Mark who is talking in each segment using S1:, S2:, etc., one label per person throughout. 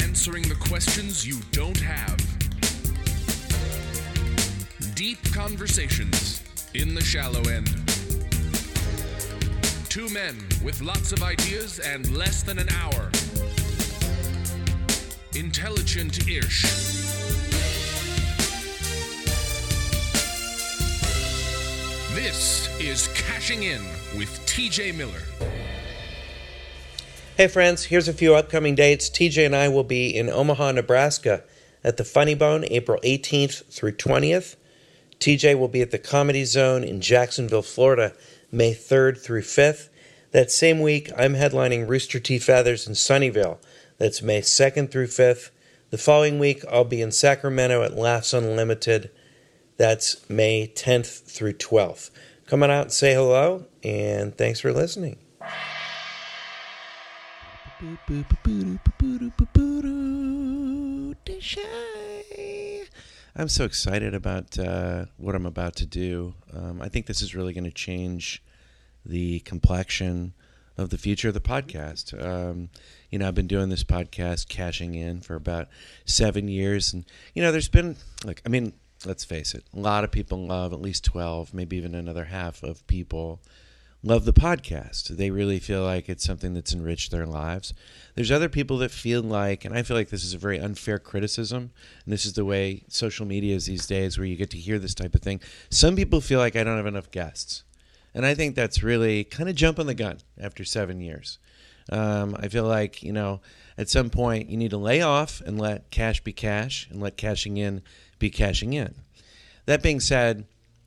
S1: Answering the questions you don't have. Deep conversations in the shallow end. Two men with lots of ideas and less than an hour. Intelligent ish. This is Cashing In with TJ Miller.
S2: Hey, friends, here's a few upcoming dates. TJ and I will be in Omaha, Nebraska at the Funny Bone April 18th through 20th. TJ will be at the Comedy Zone in Jacksonville, Florida, May 3rd through 5th. That same week, I'm headlining Rooster Teeth Feathers in Sunnyvale. That's May 2nd through 5th. The following week, I'll be in Sacramento at Laughs Unlimited. That's May 10th through 12th. Come on out and say hello, and thanks for listening. I'm so excited about uh, what I'm about to do. Um, I think this is really going to change the complexion of the future of the podcast. Um, you know, I've been doing this podcast, cashing in for about seven years, and you know, there's been like, I mean, let's face it, a lot of people love at least twelve, maybe even another half of people love the podcast. They really feel like it's something that's enriched their lives. There's other people that feel like, and I feel like this is a very unfair criticism, and this is the way social media is these days where you get to hear this type of thing. Some people feel like I don't have enough guests. And I think that's really kind of jumping the gun after seven years. Um, I feel like, you know, at some point you need to lay off and let cash be cash and let cashing in be cashing in. That being said,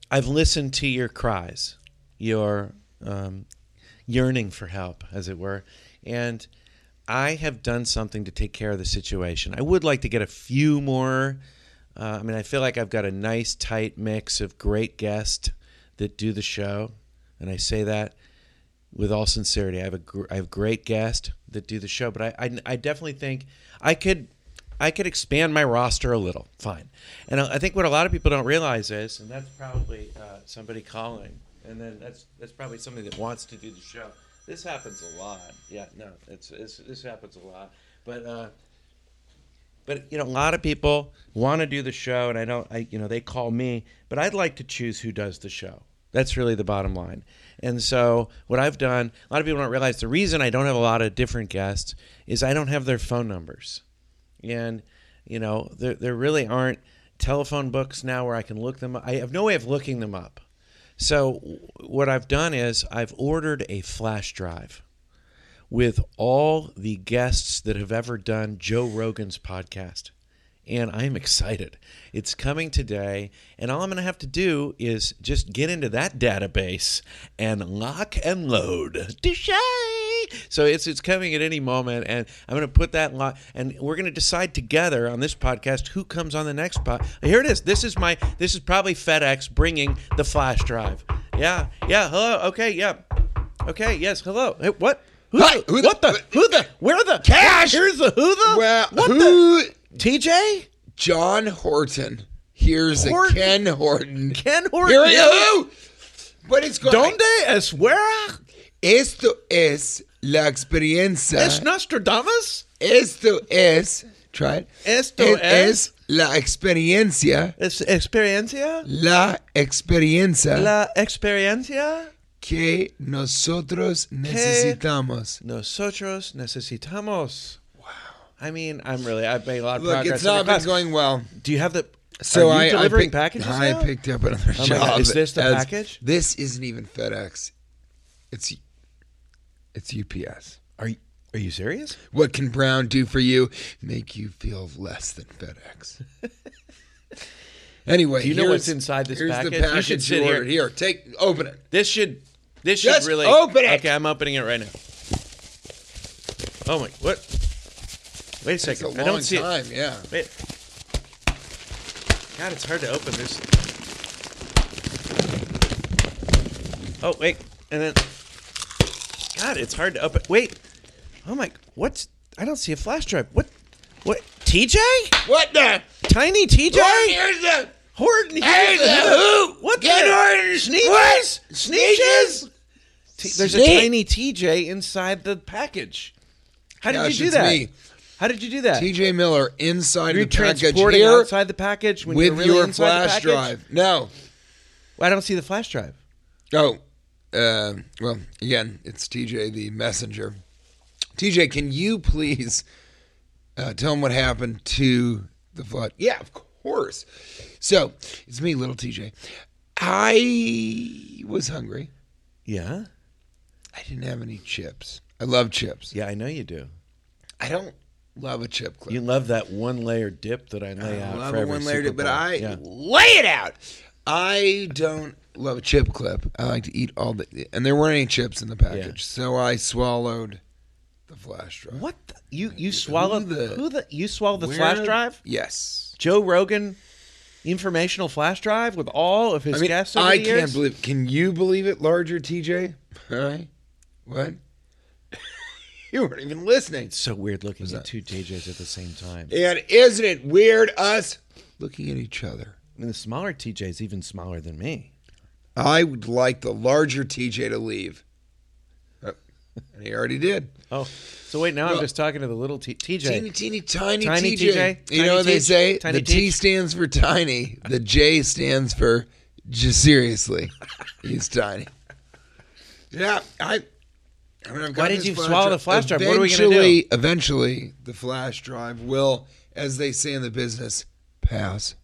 S2: I've listened to your cries, your um, yearning for help, as it were. And I have done something to take care of the situation. I would like to get a few more. Uh, I mean, I feel like I've got a nice, tight mix of great guests that do the show. And I say that with all sincerity. I have a gr- I have great guests that do the show, but I, I I definitely think I could I could expand my roster a little. Fine, and I, I think what a lot of people don't realize is, and that's probably uh, somebody calling, and then that's that's probably somebody that wants to do the show. This happens a lot. Yeah, no, it's, it's this happens a lot, but. Uh, but you know, a lot of people want to do the show, and I don't. I you know, they call me, but I'd like to choose who does the show. That's really the bottom line. And so, what I've done, a lot of people don't realize the reason I don't have a lot of different guests is I don't have their phone numbers, and you know, there there really aren't telephone books now where I can look them. up. I have no way of looking them up. So, what I've done is I've ordered a flash drive with all the guests that have ever done Joe Rogan's podcast. And I am excited. It's coming today. And all I'm going to have to do is just get into that database and lock and load. Deshay! So it's, it's coming at any moment. And I'm going to put that lock. And we're going to decide together on this podcast who comes on the next pod. Here it is. This is my, this is probably FedEx bringing the flash drive. Yeah. Yeah. Hello. Okay. Yeah. Okay. Yes. Hello. Hey, what? Who
S3: Hi,
S2: the,
S3: who the-
S2: what the, Who the? Where the?
S3: Cash!
S2: Here's the who the?
S3: Well,
S2: what
S3: who?
S2: the? TJ?
S3: John Horton. Here's
S2: Horton?
S3: a Ken Horton.
S2: Ken
S3: Here
S2: Horton?
S3: we go. But it's going.
S2: Donde es where?
S3: Esto es la experiencia.
S2: Es Nostradamus?
S3: Esto es. Try it.
S2: Esto
S3: It
S2: es-
S3: la experiencia.
S2: Es experiencia?
S3: La experiencia
S2: La experiencia
S3: que nosotros necesitamos.
S2: nosotros necesitamos. Wow. I mean, I'm really, I've made a lot of
S3: Look,
S2: progress.
S3: it's
S2: in the
S3: not been
S2: class.
S3: going well.
S2: Do you have the.
S3: So
S2: Are you
S3: I
S2: delivering
S3: I pick-
S2: packages
S3: I
S2: now?
S3: picked up another
S2: Oh my
S3: job.
S2: God, is this the
S3: as-
S2: package?
S3: This isn't even FedEx. It's it's UPS.
S2: Are you, are you serious?
S3: What can Brown do for you? Make you feel less than FedEx. anyway,
S2: Do you know what's
S3: here's-
S2: inside this
S3: here's
S2: package?
S3: The
S2: You
S3: package
S2: should
S3: you
S2: sit here.
S3: ordered. Here, take open it.
S2: This should this should
S3: Just
S2: really
S3: open it!
S2: Okay, I'm opening it right now. Oh my what? Wait a
S3: It's a
S2: second.
S3: long
S2: I don't see
S3: time. Yeah.
S2: it. Wait. God, it's hard to open this. Oh wait, and then God, it's hard to open. Wait. Oh my, what's? I don't see a flash drive. What? What? TJ?
S3: What the?
S2: Tiny TJ?
S3: What? Here's the.
S2: Horton.
S3: Hey, the who?
S2: What
S3: Get
S2: the?
S3: Horton.
S2: Sneakers?
S3: What?
S2: Sneakers?
S3: Sneakers?
S2: T- there's a
S3: Sneak.
S2: tiny TJ inside the package. How did
S3: Gosh,
S2: you do
S3: it's
S2: that?
S3: me.
S2: How did you do that?
S3: TJ Miller inside
S2: You're
S3: the package
S2: transporting
S3: here
S2: outside the package when
S3: with
S2: you're really
S3: your
S2: inside the
S3: flash
S2: package?
S3: drive. No.
S2: Well, I don't see the flash drive.
S3: Oh, uh, well, again, it's TJ the messenger. TJ, can you please uh, tell him what happened to the flood? Yeah, of course. So it's me, little TJ. I was hungry.
S2: Yeah.
S3: I didn't have any chips. I love chips.
S2: Yeah, I know you do.
S3: I don't love a chip clip.
S2: You love that one layer dip that I lay out.
S3: I love
S2: for
S3: a
S2: every
S3: one layer,
S2: Super
S3: dip, but
S2: Bowl.
S3: I
S2: Yeah.
S3: lay it out. I don't love a chip clip. I like to eat all the, and there weren't any chips in the package, so I swallowed the flash drive.
S2: What? The, you you swallowed
S3: the-
S2: the, who the you swallowed the
S3: Where-
S2: flash drive?
S3: Yes.
S2: Joe Rogan informational flash drive with all of his
S3: I mean,
S2: guests over
S3: I
S2: the
S3: can't
S2: years?
S3: believe. Can you believe it, larger TJ? Hi. What? you weren't even listening.
S2: It's so weird looking at two TJs at the same time.
S3: And isn't it weird us looking at each other?
S2: I mean, the smaller TJ is even smaller than me.
S3: I would like the larger TJ to leave. Oh, and he already did.
S2: Oh, so wait, now I'm just talking to the little t- TJ.
S3: Teeny, teeny, tiny,
S2: Tiny
S3: TJ.
S2: TJ,
S3: You
S2: tiny
S3: know what they
S2: teach,
S3: say?
S2: tiny
S3: the T
S2: teach.
S3: stands for tiny. The J stands for just seriously. He's tiny. Yeah, I. I mean, I've got
S2: did
S3: this
S2: you swallow the flash drive? What are we gonna do?
S3: Eventually- Eventually, the flash drive will, as they say in the business, pass.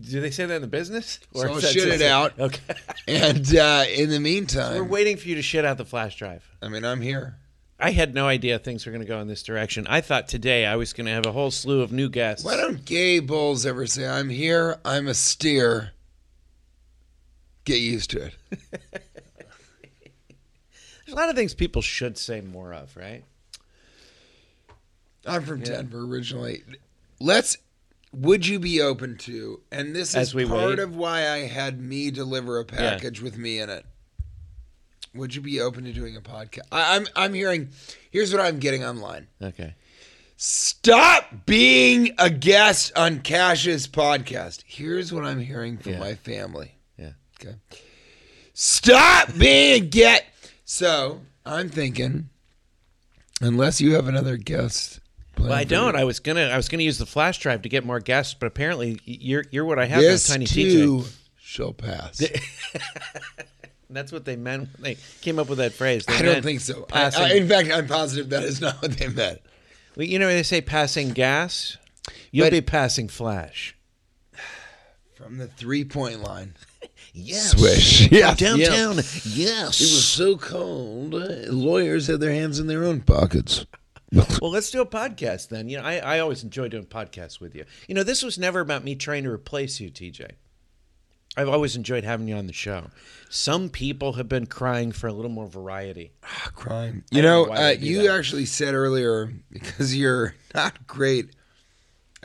S2: Do they say that in the business?
S3: So
S2: is
S3: I'll
S2: that
S3: shit
S2: just
S3: it
S2: a-
S3: out.
S2: Okay.
S3: And uh, in the
S2: We're
S3: meantime,
S2: waiting for you to shit out the flash drive.
S3: I mean, I'm here.
S2: I had no idea things were going to go in this direction. I thought today I was going to have a whole slew of new guests.
S3: Why don't gay bulls ever say, I'm here, I'm a steer? Get used to it.
S2: There's a lot of things people should say more of, right?
S3: I'm from Denver originally. Let's. Would you be open to? And this
S2: As
S3: is
S2: we
S3: part
S2: wait.
S3: of why I had me deliver a package with me in it. Would you be open to doing a podcast? I, I'm. I'm hearing. Here's what I'm getting online.
S2: Okay.
S3: Stop being a guest on Cash's podcast. Here's what I'm hearing from
S2: Yeah.
S3: my family.
S2: Yeah.
S3: Okay. Stop being a get. So I'm thinking, unless you have another guest. planned
S2: Well, I
S3: for
S2: don't. I was gonna. I was gonna use the flash drive to get more guests, but apparently you're you're what I have.
S3: This
S2: now, tiny
S3: too
S2: TJ.
S3: shall pass.
S2: And that's what they meant when they came up with that phrase. They
S3: I don't
S2: meant
S3: think so. I,
S2: Passing,
S3: I, in fact, I'm positive that is not what they meant.
S2: Well, you know they say passing gas. You'll
S3: But-
S2: be passing flash.
S3: From the three point line.
S2: Yes.
S3: Swish. Yeah.
S2: Downtown.
S3: It
S2: Yes.
S3: was so cold. uh, Lawyers had their hands in their own pockets.
S2: Well, let's do a podcast then. You know, I, I always enjoy doing podcasts with you. You know, this was never about me trying to replace you, TJ. I've always enjoyed having you on the show. Some people have been crying for a little more variety.
S3: crime. You
S2: Ah, don't know
S3: know,
S2: why
S3: uh,
S2: they do
S3: you
S2: that.
S3: actually said earlier because you're not great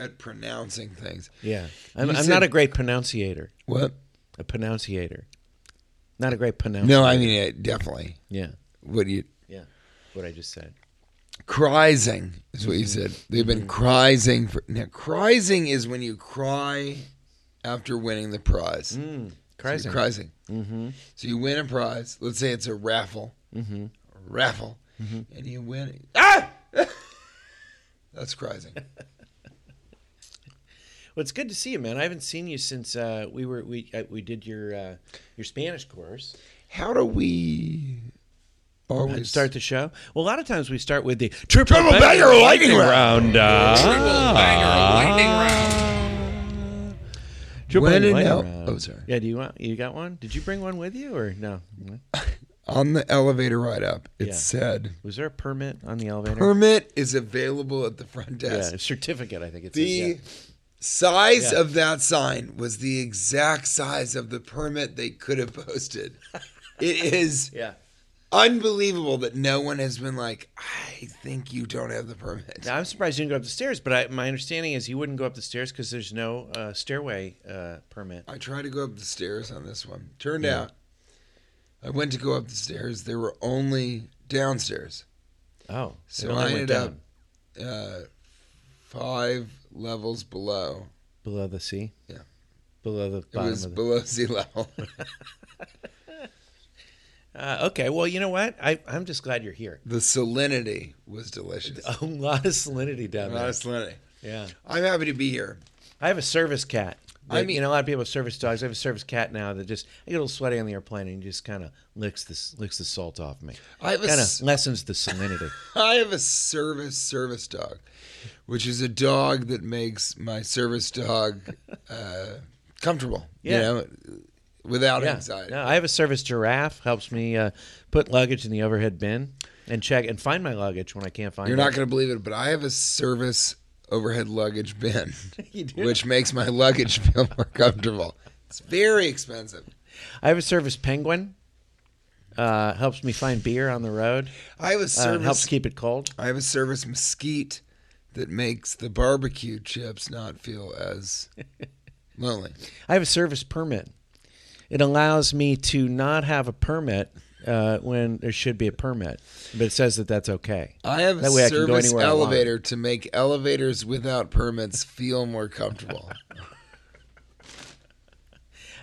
S3: at pronouncing things.
S2: Yeah. I'm,
S3: You
S2: I'm
S3: said-
S2: not a great pronunciator.
S3: What?
S2: A pronunciator. Not a great pronouncer.
S3: No, I mean it, definitely.
S2: Yeah.
S3: What do you?
S2: Yeah. What I just said.
S3: Crising is what you
S2: Mm-hmm.
S3: said. They've been crising for now. Crising is when you cry after winning the prize.
S2: Mm, Crazy.
S3: So crising. Mm-hmm. So you win a prize. Let's say it's a raffle. Mm-hmm. raffle,
S2: Mm-hmm.
S3: and you win. Ah! That's crising.
S2: Well, it's good to see you, man. I haven't seen you since uh, we were we uh, we did your uh, your Spanish course.
S3: How do we always
S2: Start the show. Well, a lot of times we start with the triple,
S3: Triple banger lightning
S2: round. uh,
S1: Triple banger lightning round.
S2: Should
S3: When
S2: bring
S3: in
S2: one
S3: hell-
S2: around.
S3: oh, sorry.
S2: Yeah, do you want? You got one? Did you bring one with you or no?
S3: On the elevator ride up, it
S2: Yeah.
S3: said
S2: Was there a permit on the elevator?
S3: permit is available at the front desk.
S2: yeah, certificate. I think it's
S3: The size
S2: Yeah.
S3: of that sign was the exact size of the permit they could have posted. it is
S2: Yeah.
S3: unbelievable that no one has been like, I think you don't have the permit.
S2: Now, I'm surprised you didn't go up the stairs, but I, my understanding is you wouldn't go up the stairs because there's no uh, stairway uh, permit.
S3: I tried to go up the stairs on this one. Turned out, I went to go up the stairs. There were only downstairs.
S2: Oh,
S3: So
S2: it only
S3: I
S2: went
S3: ended up uh, five levels below.
S2: below the sea.
S3: Yeah.
S2: below the
S3: It
S2: bottom
S3: was
S2: of the.
S3: below sea level.
S2: uh, okay, well, you know what? I, I'm just glad you're here.
S3: the salinity was delicious.
S2: A lot of Oh, salinity down
S3: A
S2: there.
S3: lot of salinity.
S2: yeah,
S3: I'm happy to be here.
S2: I have a service cat.
S3: I
S2: I
S3: mean-
S2: mean, you know, a lot of people have service dogs. I have a service cat now that just I get a little sweaty on the airplane and he just kind of licks this licks the salt off me.
S3: I have a
S2: Kind
S3: s-
S2: of lessens the salinity.
S3: I have a service service dog, which is a dog that makes my service dog uh, comfortable.
S2: Yeah.
S3: You know, without
S2: Yeah.
S3: anxiety.
S2: No, I have a service giraffe. Helps me uh, put luggage in the overhead bin and check and find my luggage when I can't find
S3: You're
S2: it.
S3: not going to believe it, but I have a service overhead luggage bin,
S2: You do?
S3: which makes my luggage feel more comfortable. It's very expensive.
S2: I have a service penguin. Uh, helps me find beer on the road.
S3: I have a
S2: Uh,
S3: service.
S2: helps keep it cold.
S3: I have a service mesquite that makes the barbecue chips not feel as lonely.
S2: I have a service permit. It allows me to not have a permit uh, when there should be a permit, but it says that that's okay.
S3: I have a
S2: That way I can go
S3: service
S2: anywhere I want.
S3: elevator to make elevators without permits feel more comfortable.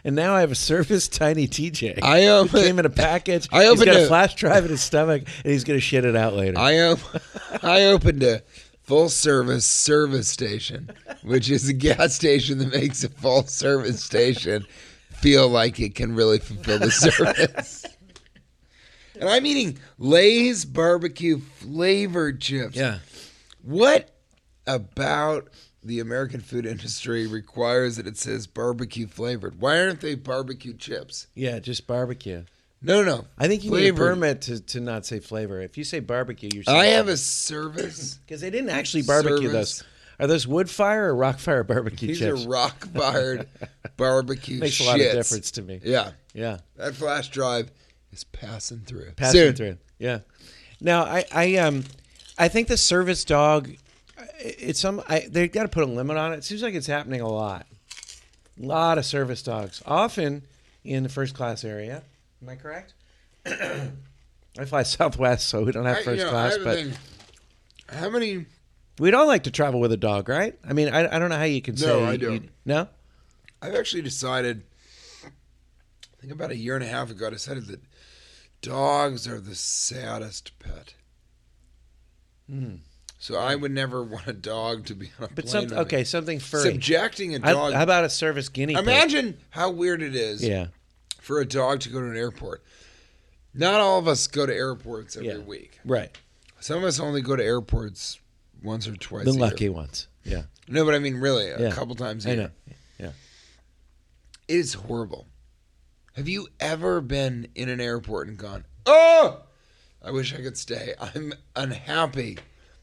S2: And now I have a service tiny TJ.
S3: I am-
S2: came in a package.
S3: I
S2: he's
S3: opened
S2: got a,
S3: a-
S2: flash drive in his stomach, and he's gonna shit it out later.
S3: I am I opened a full service service station, which is a gas station that makes a full service station feel like it can really fulfill the service. And I'm eating Lay's barbecue flavored chips.
S2: yeah,
S3: What about the American food industry requires that it says barbecue flavored? Why aren't they barbecue chips?
S2: yeah, just barbecue.
S3: No, no.
S2: I think you need a
S3: Flavored.
S2: permit to, to not say flavor. If you say barbecue, you're.
S3: I have a service.
S2: because they didn't actually barbecue
S3: Service.
S2: those. Are those wood fire or rock fire barbecue
S3: These
S2: chips?
S3: are rock fired barbecue
S2: Makes a
S3: shits.
S2: lot of difference to me.
S3: Yeah.
S2: Yeah.
S3: That flash drive is passing through.
S2: passing
S3: Soon.
S2: through. Yeah. Now I I um I think the service dog i- it's some I they've got to put a limit on it. It seems like it's happening a lot. A lot of service dogs, often in the first class area. Am I correct? I fly Southwest, so we don't have
S3: I- you
S2: first
S3: know, I
S2: class,
S3: have a
S2: but
S3: thing. how many?
S2: we don't like to travel with a dog, right? I mean, I, I don't know how you can say
S3: I
S2: you-
S3: don't.
S2: you- no,
S3: I've actually decided, I think about a year and a half ago, I decided that dogs are the saddest pet. So I would never want a dog to be on a
S2: Hmm. but
S3: plane
S2: some
S3: with me.
S2: okay, something furry.
S3: Subjecting a
S2: I-
S3: dog.
S2: how about a service guinea pig?
S3: imagine how weird it is
S2: Yeah,
S3: for a dog to go to an airport. Not all of us go to airports every
S2: Yeah.
S3: week.
S2: right.
S3: Some of us only go to airports once or twice.
S2: The
S3: a year.
S2: lucky ones. Yeah,
S3: No, but I mean really, a
S2: Yeah.
S3: couple times a
S2: I
S3: year.
S2: know. Yeah.
S3: It is horrible. Have you ever been in an airport and gone, oh, I wish I could stay. I'm unhappy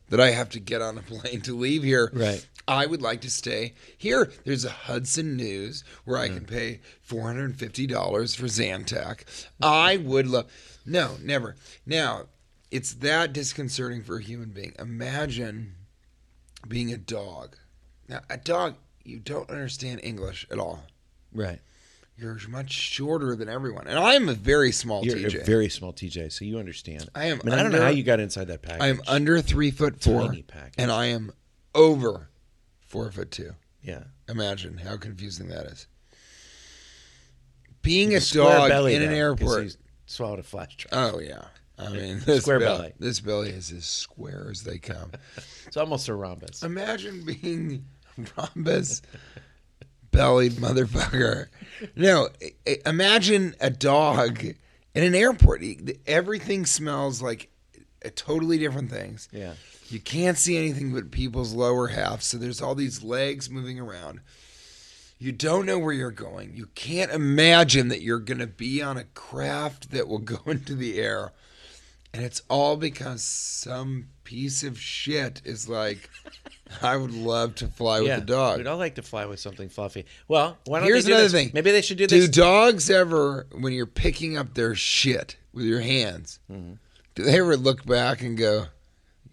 S3: that I have to get on a plane to leave here.
S2: Right.
S3: I would like to stay here. There's a Hudson News where I can pay $450 for Zantac. I would love. No, never. Now, it's that disconcerting for a human being. Imagine being a dog. Now, a dog, you don't understand English at all
S2: Right.
S3: you're much shorter than everyone. And I'm a very small
S2: You're
S3: TJ.
S2: a very small TJ, so you understand.
S3: I am
S2: I, mean, I don't know
S3: under-
S2: how you got inside that package.
S3: I am under three foot four,
S2: Tiny package.
S3: and I am over four foot two.
S2: yeah.
S3: Imagine how confusing that is. Being a
S2: Square
S3: dog
S2: belly,
S3: in an
S2: though, 'cause
S3: airport.
S2: he's Swallowed a flash drive.
S3: Oh yeah, I mean this
S2: Square
S3: belly.
S2: belly.
S3: This belly is as square as they come.
S2: It's almost a rhombus.
S3: Imagine being rhombus bellied motherfucker. No, i- i- imagine a dog in an airport. E- Everything smells like uh, totally different things.
S2: Yeah.
S3: You can't see anything but people's lower half, so there's all these legs moving around. You don't know where you're going. You can't imagine that you're going to be on a craft that will go into the air. And it's all because some piece of shit is like, I would love to fly with a dog.
S2: We'd all like to fly with something fluffy. Well, why don't
S3: Here's
S2: they do
S3: another
S2: this?
S3: thing.
S2: Maybe they should do
S3: Do
S2: this.
S3: dogs ever, when you're picking up their shit with your hands,
S2: Mm-hmm.
S3: do they ever look back and go,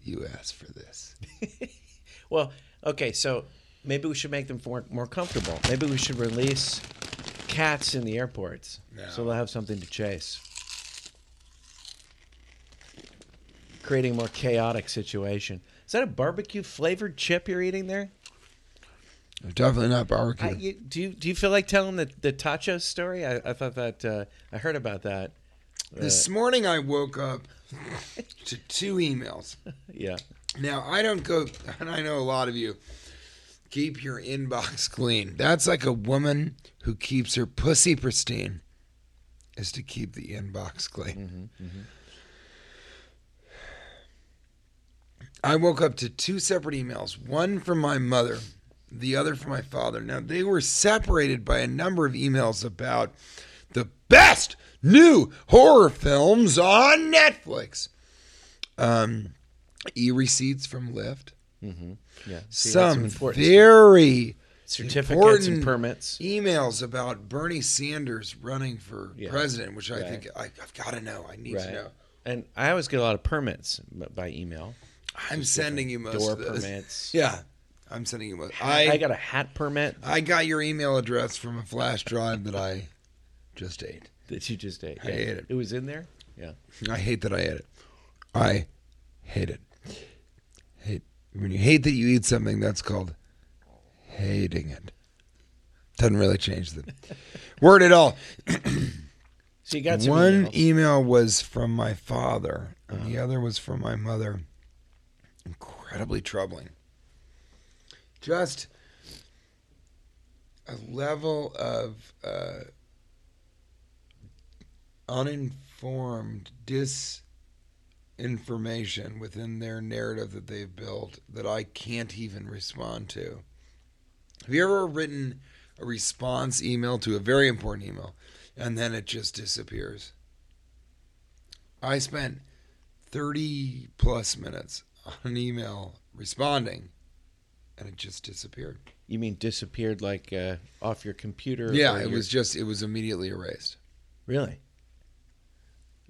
S3: "You asked for this"?
S2: Well, okay, so maybe we should make them more, more comfortable. Maybe we should release cats in the airports so they'll have something to chase. Creating a more chaotic situation. Is that a barbecue flavored chip you're eating there?
S3: Definitely not
S2: I,
S3: barbecue.
S2: you, do you do you feel like telling the the tacho story? I, I thought that uh, I heard about that.
S3: this morning I woke up to two emails.
S2: Yeah,
S3: Now I don't go, and I know a lot of you keep your inbox clean. That's like a woman who keeps her pussy pristine, is to keep the inbox clean. I woke up to two separate emails. One from my mother, the other from my father. Now they were separated by a number of emails about the best new horror films on Netflix. Um, e receipts from Lyft
S2: yeah. See, that's
S3: some
S2: important
S3: very
S2: certificates and
S3: important
S2: permits.
S3: emails about Bernie Sanders running for
S2: Yeah.
S3: president, which I
S2: Right.
S3: think I, I've got to know. I need to
S2: Right.
S3: know.
S2: And I always get a lot of permits b- by email.
S3: I'm sending you most
S2: Door
S3: of those.
S2: permits.
S3: Yeah, I'm sending you most.
S2: I,
S3: I
S2: got a hat permit
S3: I got your email address from a flash drive that I just ate.
S2: that you just ate.
S3: I ate it.
S2: It was in there. Yeah.
S3: I hate that I ate it. I hate it. Hate when you hate that you eat something. That's called hating it. Doesn't really change the word at all.
S2: So you Uh-huh. got some
S3: One
S2: emails.
S3: email was from my father, and the other was from my mother. Incredibly troubling. Just a level of uh, uninformed disinformation within their narrative that they've built that I can't even respond to. Have you ever written a response email to a very important email and then it just disappears? I spent 30 plus minutes on an email responding and it just disappeared.
S2: you mean disappeared like uh, off your computer?
S3: Yeah,
S2: or
S3: it
S2: your-
S3: was just, it was immediately erased.
S2: really.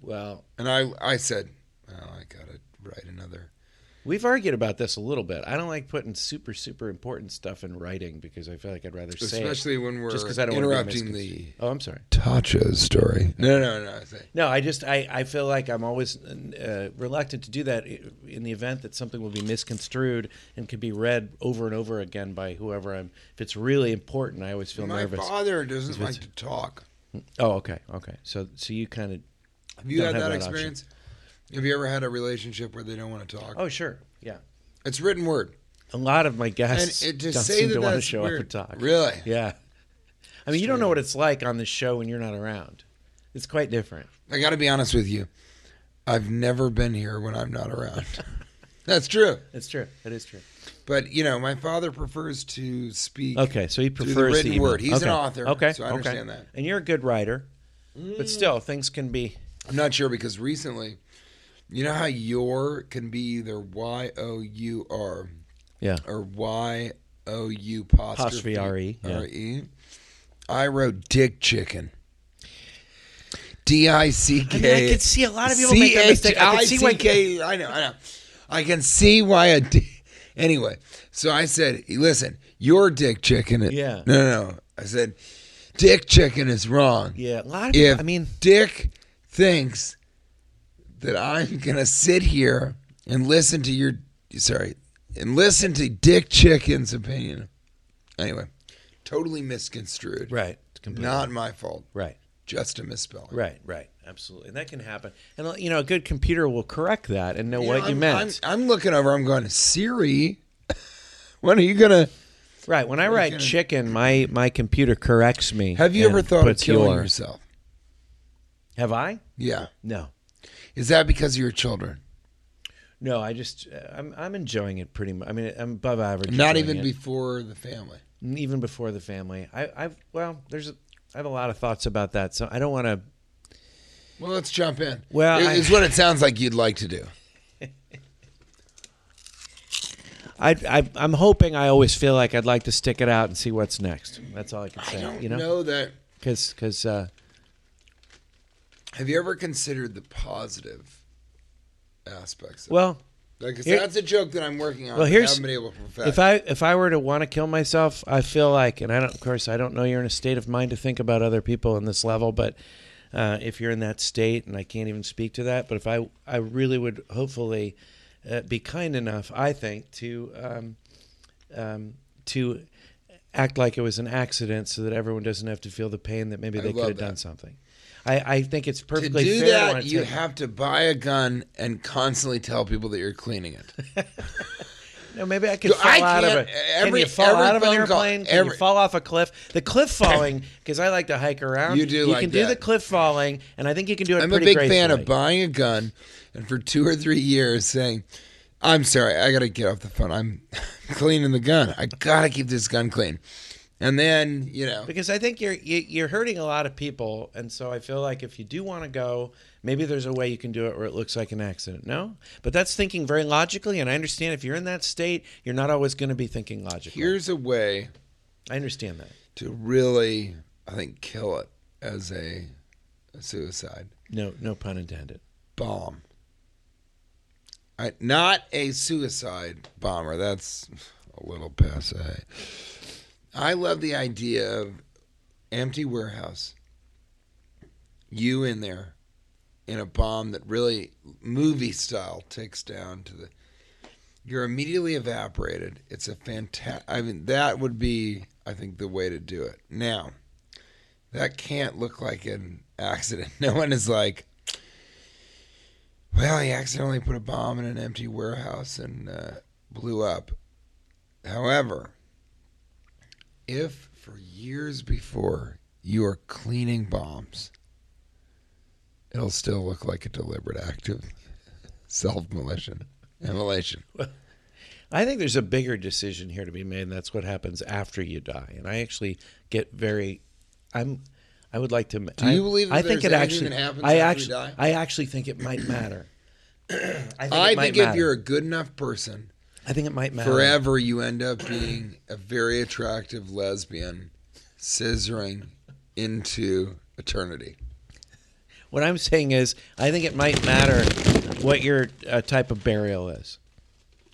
S2: Well,
S3: And I, I said, oh, I got to write another.
S2: we've argued about this a little bit. I don't like putting super super important stuff in writing because I feel like I'd rather say it.
S3: Especially when we're
S2: just because I don't
S3: interrupting
S2: want to be
S3: the
S2: misconstrued. Oh, I'm sorry.
S3: Tacho's story. No, no, no. no I say,
S2: No, I just I, I feel like I'm always uh, reluctant to do that i- in the event that something will be misconstrued and can be read over and over again by whoever I'm. If it's really important, I always feel
S3: my
S2: nervous.
S3: father doesn't like to talk.
S2: Oh, okay, okay. So so you kind of
S3: Have you
S2: Don't
S3: had
S2: have
S3: that,
S2: that option.
S3: experience? Have you ever had a relationship where they don't want to talk?
S2: oh sure yeah.
S3: It's written word.
S2: A lot of my
S3: And
S2: guests
S3: it,
S2: don't
S3: to say
S2: seem
S3: that
S2: to want to
S3: that's
S2: show
S3: weird.
S2: up and talk.
S3: Really?
S2: Yeah. I mean, you don't know what it's like on this show when you're not around. It's quite different.
S3: I got to be honest with you. I've never been here when I'm not around. that's true.
S2: It's true. It is true.
S3: But you know, my father prefers to speak.
S2: Okay, so he
S3: through
S2: prefers
S3: the written
S2: email.
S3: word. He's an
S2: Okay,
S3: author.
S2: Okay,
S3: so I
S2: okay.
S3: understand that. Mm.
S2: And you're a good writer, but still, things can be.
S3: I'm not sure because recently, you know how your can be either Y O U R
S2: Yeah.
S3: or Y O U apostrophe
S2: Apostrophe RE, yeah.
S3: R E. I wrote dick chicken. D I C
S2: I mean,
S3: K.
S2: I could see a lot of people make that mistake. I could see why-
S3: C-H-I-C-K. I know, I know. I can see why a di- Anyway, so I said, listen, your dick chicken. is-"
S2: Yeah.
S3: No, no, no. I said, dick chicken is wrong.
S2: Yeah, a lot of.
S3: If
S2: people, I mean,
S3: Dick thinks that I'm gonna sit here and listen to your sorry and listen to Dick Chicken's opinion. Anyway, totally misconstrued.
S2: right, completely.
S3: Not my fault.
S2: right,
S3: Just a misspelling.
S2: right, right. Absolutely, and that can happen. And you know, a good computer will correct that and know
S3: You know,
S2: what you
S3: I'm-
S2: meant.
S3: I'm, I'm looking over. I'm going Siri. When are you gonna?
S2: right. When I write
S3: gonna-
S2: chicken, my my computer corrects me.
S3: Have you
S2: and
S3: ever thought of
S2: puts
S3: killing
S2: your-
S3: yourself?
S2: Have I?
S3: Yeah.
S2: No.
S3: Is that because of your children?
S2: No, I just uh, I'm I'm enjoying it pretty much. I mean, I'm above average.
S3: Not
S2: enjoying
S3: even
S2: it.
S3: before the family.
S2: and even before the family. I, I've well, there's a, I have a lot of thoughts about that, so I don't want to.
S3: Well, let's jump in.
S2: Well,
S3: It-
S2: I-
S3: it's what it sounds like you'd like to do.
S2: I, I I'm hoping I always feel like I'd like to stick it out and see what's next. That's all I can
S3: I
S2: say.
S3: don't
S2: you know,
S3: know that.
S2: because because uh,
S3: Have you ever considered the positive aspects? Of
S2: well,
S3: it? Like, 'cause
S2: here-
S3: that's a joke that I'm working on.
S2: Well,
S3: but I
S2: here's-
S3: haven't been able to perfect.
S2: if I if I were to want to kill myself, I feel like, and I don't, of course, I don't know you're in a state of mind to think about other people in this level, but uh, if you're in that state, and I can't even speak to that, but if I I really would hopefully uh, be kind enough, I think, to um, um, to act like it was an accident, so that everyone doesn't have to feel the pain that maybe
S3: I
S2: they could
S3: love
S2: have done
S3: that.
S2: something. I, I think it's
S3: to
S2: perfectly
S3: do
S2: fair. when
S3: that,
S2: it's
S3: you
S2: taken-
S3: have to buy a gun and constantly tell people that you're cleaning it.
S2: No, maybe I could
S3: Dude,
S2: fall
S3: I
S2: out of
S3: can't- E,
S2: a. can
S3: every-
S2: you fall
S3: every
S2: out of an
S3: phone call-
S2: airplane? can
S3: every-
S2: you fall off a cliff? The cliff falling, because I like to hike around.
S3: You do
S2: You
S3: like
S2: can do
S3: that.
S2: the cliff falling, and I think you can do it.
S3: I'm a
S2: pretty
S3: big fan of
S2: gracefully.
S3: buying a gun and for two or three years saying, I'm sorry, I got to get off the phone. I'm cleaning the gun. I got to keep this gun clean. And then, you know,
S2: because I think you're you, you're hurting a lot of people, and so I feel like if you do want to go, maybe there's a way you can do it where it looks like an accident. No, but that's thinking very logically, and I understand if you're in that state, you're not always going to be thinking logically.
S3: here's a way
S2: I understand that.
S3: to really, I think, kill it as a, a suicide
S2: No, no pun intended.
S3: bomb. I, not a suicide bomber. That's a little passe. I love the idea of empty warehouse. You in there, in a bomb that really movie style takes down to the. You're immediately evaporated. It's a fantastic. I mean, that would be, I think, the way to do it. Now, that can't look like an accident. No one is like, well, he accidentally put a bomb in an empty warehouse and uh, blew up. However, if for years before you are cleaning bombs, it'll still look like a deliberate act of self molation. Immolation.
S2: I think there's a bigger decision here to be made, and that's what happens after you die. And I actually get very, I'm, I would like to. Do
S3: you believe that there's anything that happens
S2: I
S3: after
S2: actually,
S3: you die?
S2: I actually think it might matter. I think,
S3: I
S2: it might
S3: think if
S2: matter. Uh-huh.
S3: you're a good enough person,
S2: I think it might matter.
S3: forever you end up being a very attractive lesbian scissoring into eternity.
S2: What I'm saying is, I think it might matter what your uh, type of burial is.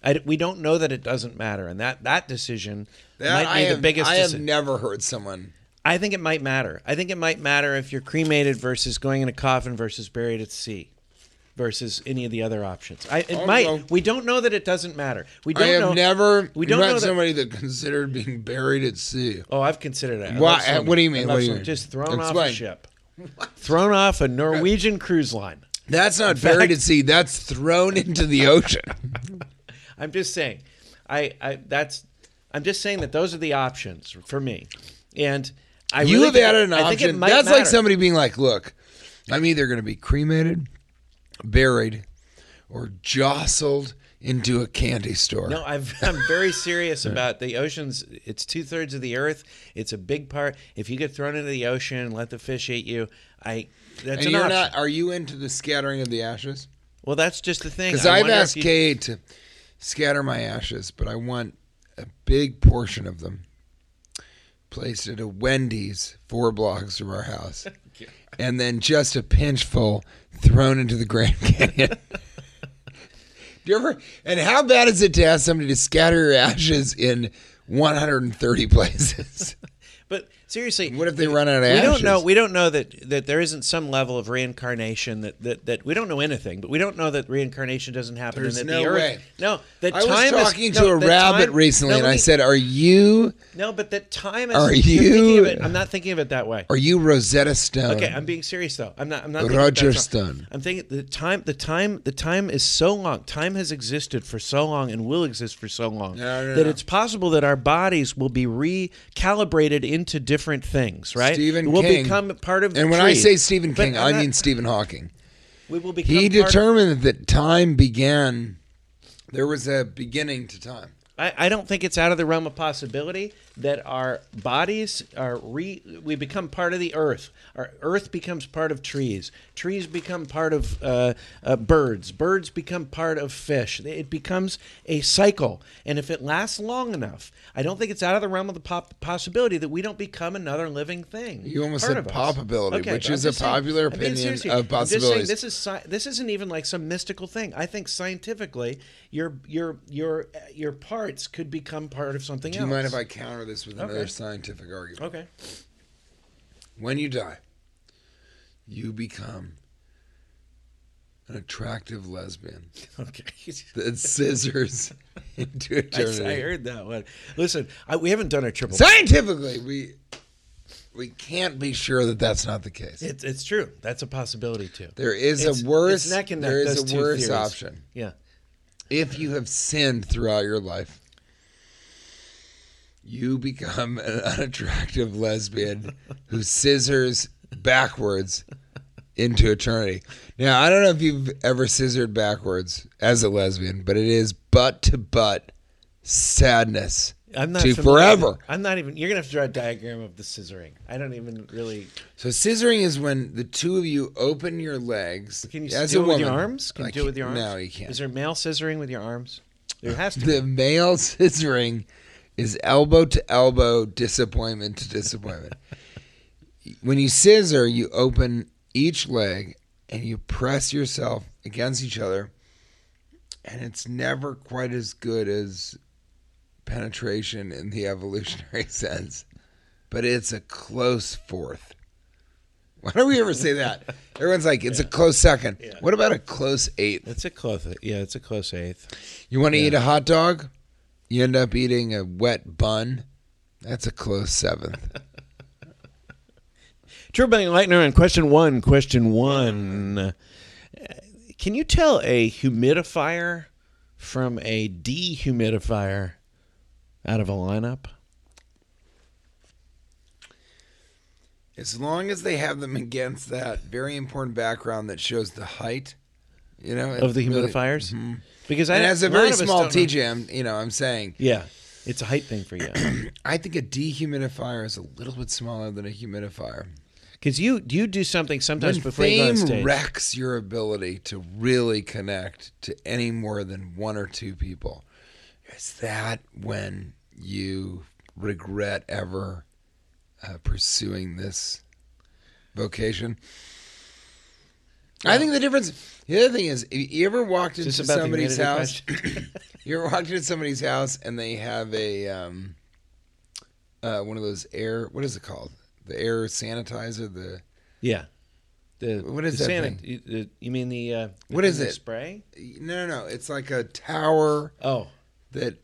S2: I d we don't know that it doesn't matter, and that that decision
S3: That
S2: might
S3: I
S2: be
S3: have,
S2: the biggest.
S3: I have
S2: decision.
S3: never heard someone.
S2: I think it might matter. I think it might matter if you're cremated versus going in a coffin versus buried at sea versus any of the other options. I, it
S3: don't
S2: might.
S3: know.
S2: We don't know that it doesn't matter. We don't
S3: Oh, I have
S2: know.
S3: never
S2: We don't
S3: met
S2: know that-
S3: somebody that considered being buried at sea.
S2: Oh, I've considered it. I
S3: Why- uh,
S2: love swimming.
S3: what do you mean?
S2: I love
S3: What do you
S2: swimming.
S3: mean?
S2: Just thrown off a
S3: Explain.
S2: ship. Thrown off a Norwegian cruise line.
S3: That's not buried at sea. That's thrown into the ocean.
S2: I'm just saying. I, I that's I'm just saying that those are the options for me. And I
S3: you
S2: really
S3: have
S2: think-
S3: added an
S2: I think it
S3: option.
S2: might
S3: That's like
S2: matter.
S3: somebody being like, "Look, I'm either going to be cremated, buried, or jostled into a candy store."
S2: No, I've, I'm very serious about the oceans. It's two thirds of the earth. It's a big part. If you get thrown into the ocean and let the fish eat you, I that's
S3: and
S2: an
S3: you're
S2: option.
S3: not. Are you into the scattering of the ashes?
S2: well, that's just the thing.
S3: Because
S2: I
S3: I've
S2: wonder if
S3: asked
S2: you-
S3: Kate to scatter my ashes, but I want a big portion of them placed at a Wendy's four blocks from our house, and then just a pinchful thrown into the Grand Canyon. Do you ever? And how bad is it to ask somebody to scatter your ashes in 130 places?
S2: But seriously,
S3: What if they run out of
S2: we
S3: ashes?
S2: don't know. We don't know that, that there isn't some level of reincarnation that, that, that we don't know anything, but we don't know that reincarnation doesn't happen.
S3: There's
S2: and that
S3: no
S2: the earth,
S3: way.
S2: No, that
S3: I was
S2: time
S3: talking
S2: is,
S3: to
S2: no,
S3: a
S2: that
S3: rabbit
S2: time-
S3: recently,
S2: no,
S3: and
S2: let
S3: I
S2: me-
S3: said, "Are you
S2: "No, but that time is."
S3: Are
S2: you're thinking of
S3: you-
S2: it- I'm not thinking of it that way.
S3: are you Rosetta Stone?"
S2: Okay, I'm being serious though. I'm not. I'm not. thinking
S3: Um, Roger
S2: that's wrong.
S3: Stone.
S2: I'm thinking the time. The time. The time is so long. Time has existed for so long and will exist for so long
S3: No, no,
S2: that
S3: no.
S2: it's possible that our bodies will be recalibrated into different things. Right?
S3: Stephen
S2: we'll
S3: King.
S2: become part of. the
S3: And when I
S2: tree.
S3: say Stephen
S2: But
S3: King,
S2: I'm
S3: I
S2: not-
S3: mean Stephen Hawking.
S2: we will become.
S3: He
S2: part of-
S3: determined that time began. There was a beginning to time.
S2: I, I don't think it's out of the realm of possibility that our bodies are re we become part of the earth. Our earth becomes part of trees. Trees become part of uh, uh, birds. Birds become part of fish. It becomes a cycle, and if it lasts long enough, I don't think it's out of the realm of the pop- possibility that we don't become another living thing.
S3: You almost
S2: Part of
S3: said
S2: us.
S3: popability, which
S2: but I'm
S3: is a
S2: just saying-
S3: popular
S2: I mean,
S3: opinion
S2: seriously,
S3: of
S2: I'm just saying
S3: possibilities.
S2: this is sci- this isn't even like some mystical thing. I think scientifically, your your your your parts could become part of something
S3: Do you
S2: else.
S3: mind if I counter this with another
S2: Okay.
S3: scientific argument?
S2: Okay.
S3: When you die, you become an attractive lesbian
S2: Okay.
S3: that scissors into
S2: I,
S3: eternity.
S2: I heard that one. Listen, I, we haven't done a triple.
S3: Scientifically, we we can't be sure that that's not the case.
S2: It's it's true. That's a possibility too.
S3: there is
S2: It's-
S3: a worse.
S2: it's neck and neck,
S3: There
S2: those
S3: is a
S2: two
S3: worse
S2: theories.
S3: option.
S2: Yeah.
S3: If you have sinned throughout your life, you become an unattractive lesbian who scissors backwards into eternity. Now, I don't know if you've ever scissored backwards as a lesbian, but it is butt to butt sadness
S2: I'm not
S3: to
S2: familiar with
S3: forever.
S2: it. I'm not even. You're gonna have to draw a diagram of the scissoring. I don't even really.
S3: So scissoring is when the two of you open your legs.
S2: Can you
S3: as
S2: do
S3: a
S2: it
S3: woman,
S2: with your arms? Can
S3: I
S2: you do it with your arms?
S3: No, you can't.
S2: Is there male scissoring with your arms? There has to. be.
S3: the male scissoring is elbow to elbow, disappointment to disappointment. when you scissor, you open each leg and you press yourself against each other, and it's never quite as good as penetration in the evolutionary sense, but it's a close fourth. Why do we ever say that? Everyone's like, it's a close second. What about a close eighth?
S2: It's a close. Yeah, it's a close eighth.
S3: You want to eat a hot dog? You end up eating a wet bun. That's a close seventh.
S2: True Bang Lightner on question one. Question one. Uh, Can you tell a humidifier from a dehumidifier out of a lineup?
S3: as long as they have them against that very important background that shows the height, you know,
S2: Of the
S3: it really- Mhm. mm-hmm.
S2: humidifiers? Because I,
S3: and as a
S2: lot
S3: very
S2: of us
S3: small
S2: don't know-
S3: TJ, I'm, you know, I'm saying
S2: Yeah, it's a height thing for you.
S3: I think a dehumidifier is a little bit smaller than a humidifier.
S2: Because you you do something sometimes
S3: When
S2: before you go on
S3: fame
S2: stage.
S3: wrecks your ability to really connect to any more than one or two people, is that when you regret ever uh, pursuing this vocation? I think the difference. The other thing is, if you ever walked into
S2: this about the
S3: somebody's house,
S2: humidity
S3: you ever walked into somebody's house and they have a um, uh, one of those air. What is it called? The air sanitizer. The
S2: yeah. The,
S3: What is
S2: the
S3: that
S2: sanit-
S3: thing?
S2: You, the- you mean the uh, the
S3: What
S2: thing
S3: is
S2: they
S3: it?
S2: Spray?
S3: No, no, no. It's like a tower
S2: Oh,
S3: that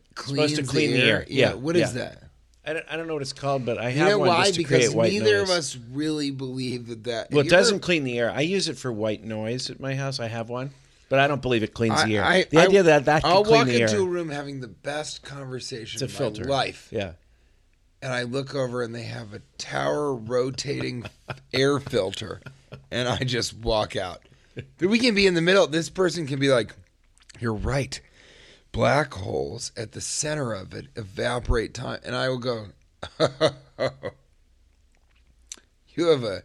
S2: Supposed
S3: cleans
S2: to clean the air.
S3: Yeah.
S2: Yeah,
S3: What is
S2: yeah.
S3: that?
S2: I don't, I don't know what it's called, but I
S3: You
S2: have
S3: know
S2: one
S3: why?
S2: just to
S3: Because
S2: create white
S3: neither
S2: noise.
S3: of us really believe that that.
S2: Well,
S3: You
S2: it
S3: ever-
S2: doesn't clean the air. I use it for white noise at my house. I have one, but I don't believe it cleans
S3: I,
S2: the air.
S3: I,
S2: the idea that that
S3: I'll
S2: can clean
S3: walk
S2: the air.
S3: into a room having the best conversation
S2: it's a
S3: of
S2: filter.
S3: my life,
S2: Yeah.
S3: and I look over and they have a tower rotating air filter, and I just walk out. But we can be in the middle. This person can be like, "You're right." Black holes at the center of it evaporate time, and I will go. you have a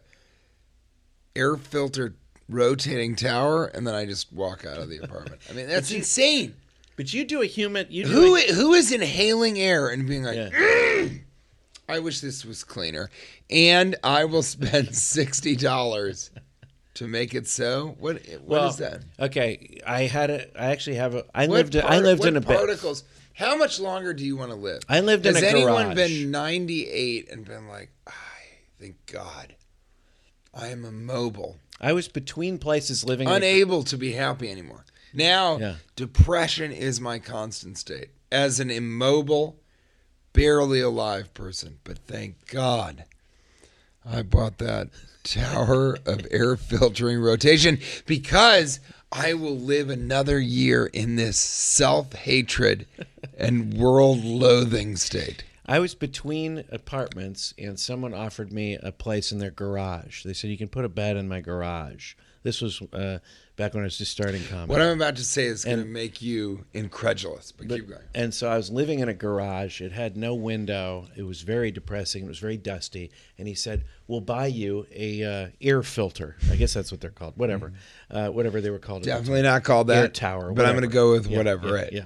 S3: air filter rotating tower, and then I just walk out of the apartment. I mean, that's insane.
S2: But you do a human. You do
S3: Who
S2: a-
S3: who is inhaling air and being like, "Mm!"
S2: Yeah.
S3: I wish this was cleaner, and I will spend sixty dollars to make it so. What what is
S2: well,
S3: that?
S2: Okay, I had a. I actually have a. I
S3: What
S2: lived. I
S3: part-
S2: lived
S3: what
S2: in a. ba-
S3: particles. How much longer do you want to live?
S2: I lived in
S3: Has
S2: a
S3: anyone
S2: garage.
S3: been ninety eight and been like, I thank God, I am immobile.
S2: I was between places living. in a-
S3: unable to be happy anymore. Now,
S2: Yeah.
S3: depression is my constant state as an immobile, barely alive person. But thank God I bought that tower of air filtering rotation because I will live another year in this self hatred and world loathing state.
S2: I was between apartments, and someone offered me a place in their garage. They said you can put a bed in my garage. This was uh, back when I was just starting comedy.
S3: What I'm about to say is going to
S2: And-
S3: make you incredulous, but,
S2: But-
S3: keep going.
S2: And so I was living in a garage. It had no window. It was very depressing. It was very dusty. And he said, "We'll buy you a uh, ear filter. I guess that's what they're called. Whatever, uh, whatever they were called. at the
S3: Mm-hmm. Definitely not called that.
S2: Air tower.
S3: But I'm going to go with
S2: Yeah,
S3: whatever.
S2: yeah,
S3: right.
S2: Yeah.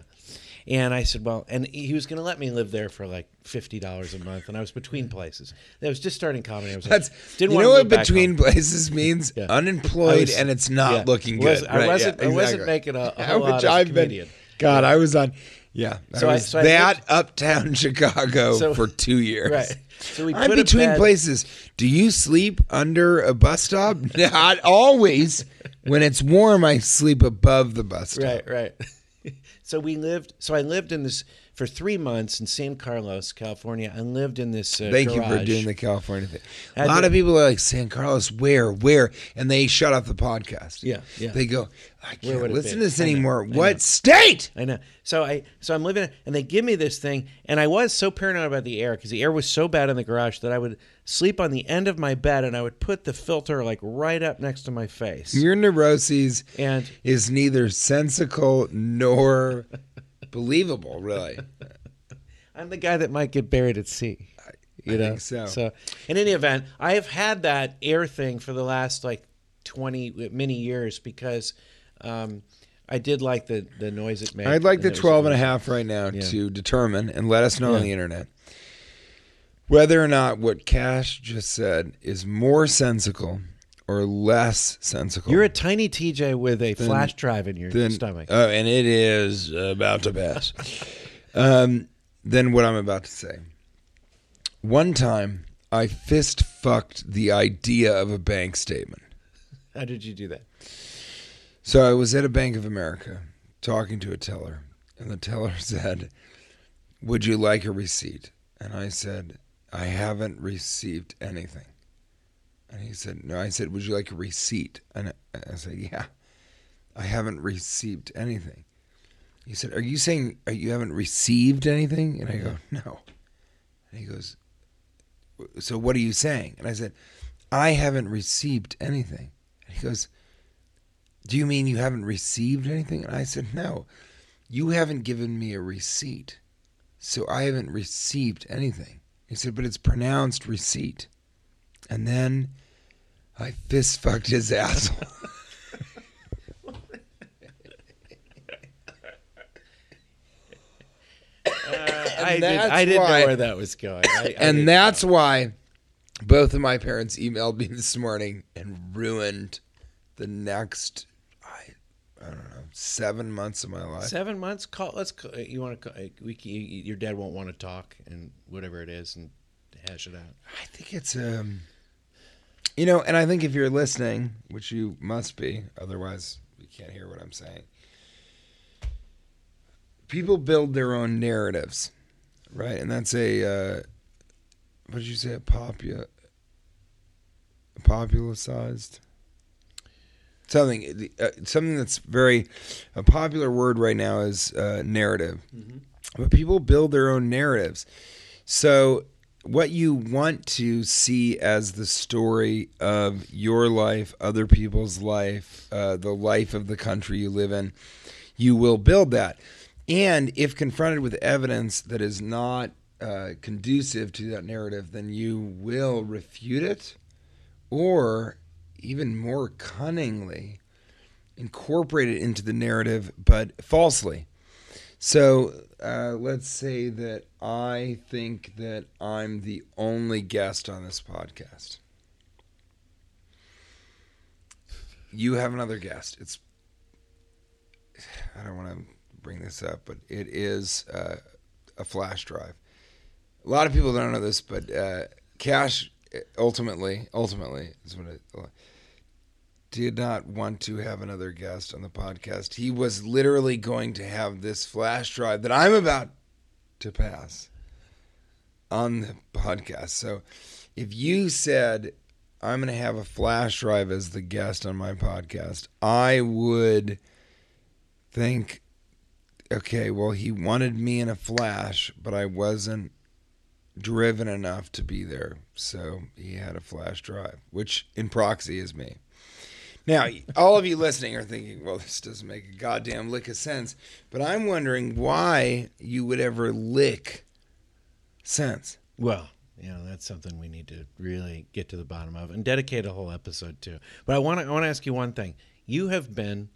S2: And I said, well, and he was going to let me live there for like fifty dollars a month, and I was between places. I was just starting comedy. I was
S3: That's
S2: like, didn't
S3: you
S2: want
S3: know
S2: to
S3: what
S2: go back
S3: between
S2: home.
S3: places means
S2: Yeah.
S3: unemployed
S2: I was-
S3: and it's not
S2: yeah.
S3: looking
S2: Was-
S3: good.
S2: I
S3: right,
S2: wasn't-
S3: yeah,
S2: I wasn't
S3: exactly.
S2: making a- a
S3: Yeah,
S2: whole
S3: which
S2: lot as a
S3: I've
S2: comedian.
S3: Been, God, I was on. Yeah, I
S2: So I-
S3: was
S2: so I
S3: that
S2: lived-
S3: uptown Chicago
S2: So-
S3: for two years.
S2: Right. So we
S3: I'm
S2: put a
S3: between
S2: bed-
S3: places. Do you sleep under a bus stop? Not always. when it's warm, I sleep above the bus stop.
S2: Right, right. so we lived. So I lived in this for three months in San Carlos, California, and lived in this. Uh,
S3: Thank you for
S2: garage.
S3: doing the California thing. A
S2: Had
S3: lot
S2: to-
S3: of people are like San Carlos, where, where, and they shut off the podcast.
S2: Yeah, yeah.
S3: They go, I can't
S2: would it
S3: listen to
S2: be?
S3: this
S2: I know,
S3: anymore.
S2: I
S3: What
S2: know.
S3: state?
S2: I know. So I so I'm living, and they give me this thing, and I was so paranoid about the air because the air was so bad in the garage that I would sleep on the end of my bed, and I would put the filter like right up next to my face.
S3: Your neuroses
S2: And-
S3: is neither sensical nor believable, really.
S2: I'm the guy that might get buried at sea. You
S3: I
S2: know,
S3: think so.
S2: in any event, I have had that air thing for the last like twenty many years because um, I did like the the noise it made.
S3: I'd like the
S2: it was
S3: 12 and a
S2: amazing.
S3: half right now to determine and let us know on the internet whether or not what Cash just said is more sensical or less sensical.
S2: You're a tiny TJ with a flash drive in your
S3: than-
S2: stomach.
S3: Oh, and it is about to pass. um, then what I'm about to say. One time, I fist fucked the idea of a bank statement.
S2: How did you do that?
S3: So I was at a Bank of America talking to a teller, and the teller said, Would you like a receipt? And I said, I haven't received anything. And he said, No, I said, Would you like a receipt? And I- I said, Yeah, I haven't received anything. He said, Are you saying uh, you haven't received anything? And I go, No. And he goes, "W- So what are you saying? And I said, I haven't received anything. And he goes, do you mean you haven't received anything? And I said, No, you haven't given me a receipt. So I haven't received anything. He said, But it's pronounced receipt. And then I fist fucked his asshole.
S2: I, did,
S3: that's
S2: I didn't
S3: why-
S2: know where that was going. I- I didn't
S3: and that's
S2: know.
S3: why both of my parents emailed me this morning and ruined the next, I, I don't know, seven months of my life.
S2: seven months. Call. Let's. Call, you want to? We. can- You, your dad won't want to talk, and whatever it is, and hash it out.
S3: I think it's um you know, and I think if you're listening, which you must be, otherwise you can't hear what I'm saying. People build their own narratives, right? And that's a uh, what did you say? A popu- popularized something. Uh, something that's very a popular word right now is uh, narrative, but people build their own narratives. So, what you want to see as the story of your life, other people's life, uh, the life of the country you live in, you will build that. And if confronted with evidence that is not uh, conducive to that narrative, then you will refute it or even more cunningly incorporate it into the narrative, but falsely. So uh, let's say that I think that I'm the only guest on this podcast. You have another guest. It's I don't want to bring this up, but it is uh, a flash drive. A lot of people don't know this, but uh, Cash ultimately, ultimately is what it uh, did not want to have another guest on the podcast. He was literally going to have this flash drive that I'm about to pass on the podcast. So if you said, I'm going to have a flash drive as the guest on my podcast, I would think, okay, well, he wanted me in a flash, but I wasn't driven enough to be there. So he had a flash drive, which in proxy is me. Now, all of you listening are thinking, well, this doesn't make a goddamn lick of sense. But I'm wondering why you would ever lick sense.
S2: Well, you know that's something we need to really get to the bottom of and dedicate a whole episode to. But I want to I want to ask you one thing. You have been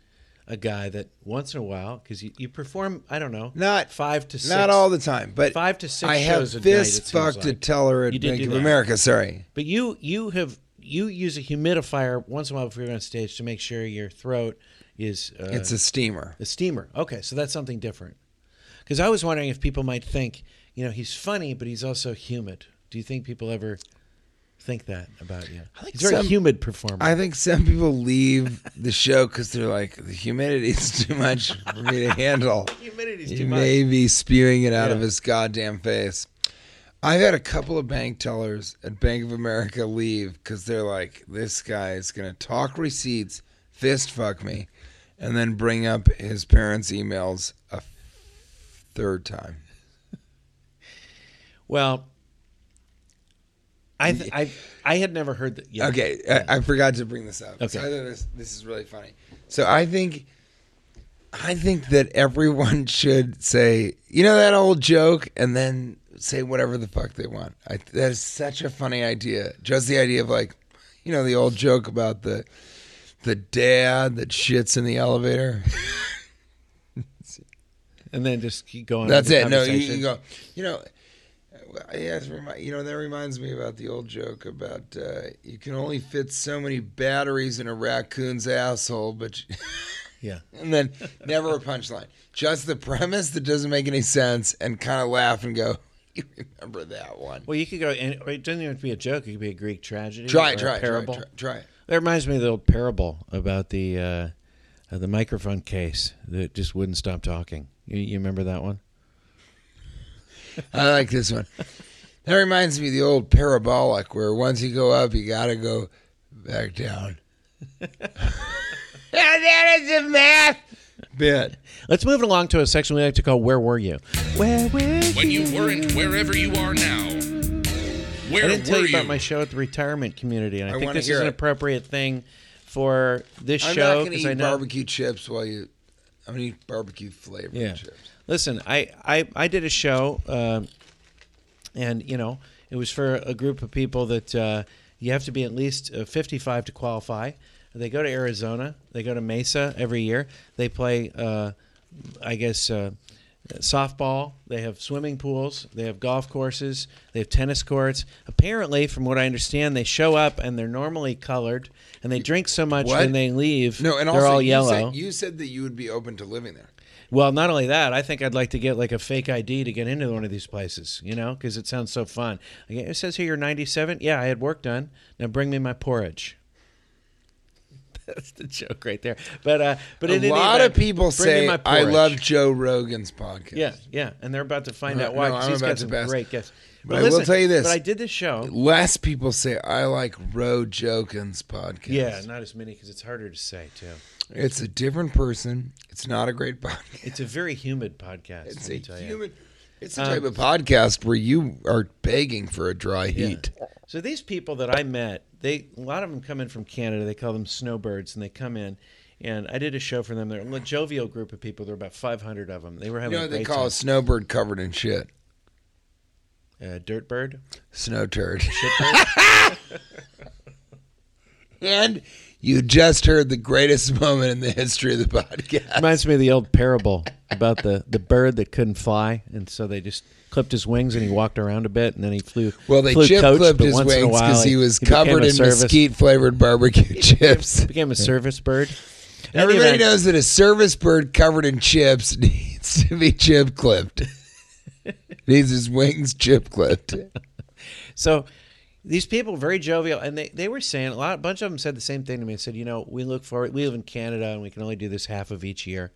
S2: a guy that once in a while because you, you perform I don't know
S3: Not-
S2: five to six,
S3: Not all the time, but
S2: five to six
S3: I have
S2: shows a night, it
S3: fist
S2: seems
S3: fucked a
S2: like.
S3: teller at
S2: You did
S3: Bank
S2: do
S3: of
S2: that.
S3: America. Sorry.
S2: But you you have you use a humidifier once in a while before you're on stage to make sure your throat is uh,
S3: It's a steamer.
S2: a steamer. Okay, so that's something different. Because I was wondering if people might think, you know, he's funny, but he's also humid. Do you think people ever think that about you?
S3: I think
S2: he's a very
S3: some-
S2: humid performer.
S3: I think some people leave the show because they're like, the humidity is too much for me to handle.
S2: Humidity's
S3: He may be spewing it out of
S2: Yeah.
S3: his goddamn face. I've had a couple of bank tellers at Bank of America leave because they're like, this guy is going to talk receipts, fist fuck me, and then bring up his parents' emails a third time.
S2: Well, I th- I I had never heard that. Yeah.
S3: Okay, I, I forgot to bring this up.
S2: Okay.
S3: So I thought this, this is really funny. So I think, I think that everyone should say, you know, that old joke, and then say whatever the fuck they want. I, that is such a funny idea. Just the idea of like, you know, the old joke about the, the dad that shits in the elevator.
S2: And then just keep going. with
S3: That's
S2: the
S3: it. No, you,
S2: conversation.
S3: you go. You know, yes. Remi- you know that reminds me about the old joke about uh, you can only fit so many batteries in a raccoon's asshole, but you-
S2: Yeah.
S3: and then never a punchline. Just the premise that doesn't make any sense, and kind of laugh and go. You remember that one?
S2: Well, you could go, and or it doesn't even have to be a joke. It could be a Greek tragedy.
S3: Try
S2: or
S3: it.
S2: a
S3: Try it. Try it.
S2: parable.
S3: Try, try it.
S2: That reminds me of the old parable about the uh, uh, the microphone case that just wouldn't stop talking. You, you remember that one?
S3: I like this one. That reminds me of the old parabolic where once you go up, you got to go back down. and that is a math bit.
S2: Let's move it along to a section we like to call "Where Were You." Where were you?
S1: When you weren't wherever you are now, where
S2: I didn't tell
S1: were
S2: you about my show at the retirement community, and I,
S3: I
S2: think
S3: wanna
S2: this
S3: hear
S2: is an
S3: it.
S2: appropriate thing for this
S3: I'm
S2: show
S3: not going to
S2: because I
S3: eat
S2: know.
S3: barbecue chips while you. I'm going to eat barbecue flavored
S2: Yeah.
S3: chips.
S2: Listen, I, I, I did a show, um and you know it was for a group of people that uh, you have to be at least uh, 55 to qualify. They go to Arizona. They go to Mesa every year. They play, uh, I guess, uh, softball. They have swimming pools. They have golf courses. They have tennis courts. Apparently, from what I understand, they show up and they're normally colored, and they drink so much
S3: What?
S2: when they leave.
S3: No, and
S2: they're
S3: also
S2: all
S3: you
S2: yellow.
S3: Said, you said that you would be open to living there.
S2: Well, not only that, I think I'd like to get like a fake ID to get into one of these places, you know, because it sounds so fun. Again, It says here you're 97. Yeah, I had work done. Now bring me my porridge. That's the joke right there. But uh, but in
S3: a
S2: any
S3: lot
S2: event,
S3: of people
S2: bring me
S3: say
S2: my
S3: I
S2: porridge."
S3: love Joe Rogan's podcast.
S2: Yeah, yeah, and they're about to find
S3: No,
S2: out why.
S3: no,
S2: 'cause
S3: I'm
S2: he's
S3: about
S2: got
S3: to
S2: some
S3: pass.
S2: great guests.
S3: But I will tell you this.
S2: But I did this show.
S3: Less people say I like Roe Jogan's podcast.
S2: Yeah, not as many because it's harder to say too.
S3: It's a different person. It's not a great podcast.
S2: It's a very humid podcast.
S3: It's
S2: let me
S3: a
S2: tell you.
S3: human. It's
S2: Uh,
S3: the type of podcast where you are begging for a dry heat.
S2: So these people that I met, they a lot of them come in from Canada. They call them snowbirds, and they come in. And I did a show for them. They're a jovial group of people. There were about 500 of them. They were
S3: You
S2: having
S3: know
S2: a
S3: what they
S2: great
S3: call a snowbird covered in shit?
S2: time. Uh, dirt bird.
S3: Snow turd. and you just heard the greatest moment in the history of the podcast.
S2: Reminds me of the old parable about the, the bird that couldn't fly, and so they just clipped his wings and he walked around a bit, and then he flew.
S3: Well, they
S2: flew
S3: chip
S2: coach,
S3: clipped
S2: but
S3: his
S2: once in a
S3: wings
S2: while
S3: because he was
S2: became
S3: covered
S2: a
S3: in
S2: service-
S3: mesquite flavored barbecue chips.
S2: Became a service bird. In any
S3: Everybody
S2: event-
S3: knows that a service bird covered in chips needs to be chip clipped. needs his wings chip clipped.
S2: So these people very jovial, and they, they were saying a lot. A bunch of them said the same thing to me. They said, you know, we look forward. We live in Canada, and we can only do this half of each year,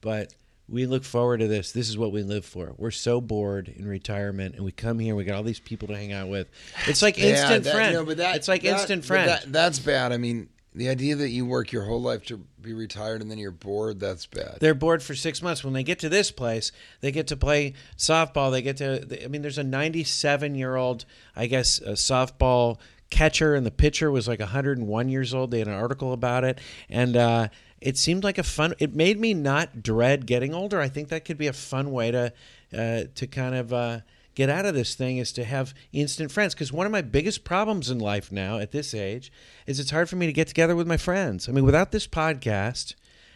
S2: but we look forward to this. This is what we live for. We're so bored in retirement, and we come here. We got all these people to hang out with. It's like instant
S3: that-
S2: friend.
S3: no, but that-
S2: it's like
S3: that-
S2: instant
S3: but
S2: friend.
S3: that- that's bad. I mean, the idea that you work your whole life to be retired and then you're bored, that's bad.
S2: They're bored for six months. When they get to this place, they get to play softball. They get to. I mean, there's a 97 year old, I guess, a softball catcher and the pitcher was like 101 years old. They had an article about it, and uh, it seemed like a fun. It made me not dread getting older. I think that could be a fun way to uh, to kind of. Uh, Get out of this thing is to have instant friends because one of my biggest problems in life now at this age is it's hard for me to get together with my friends. I mean, without this podcast,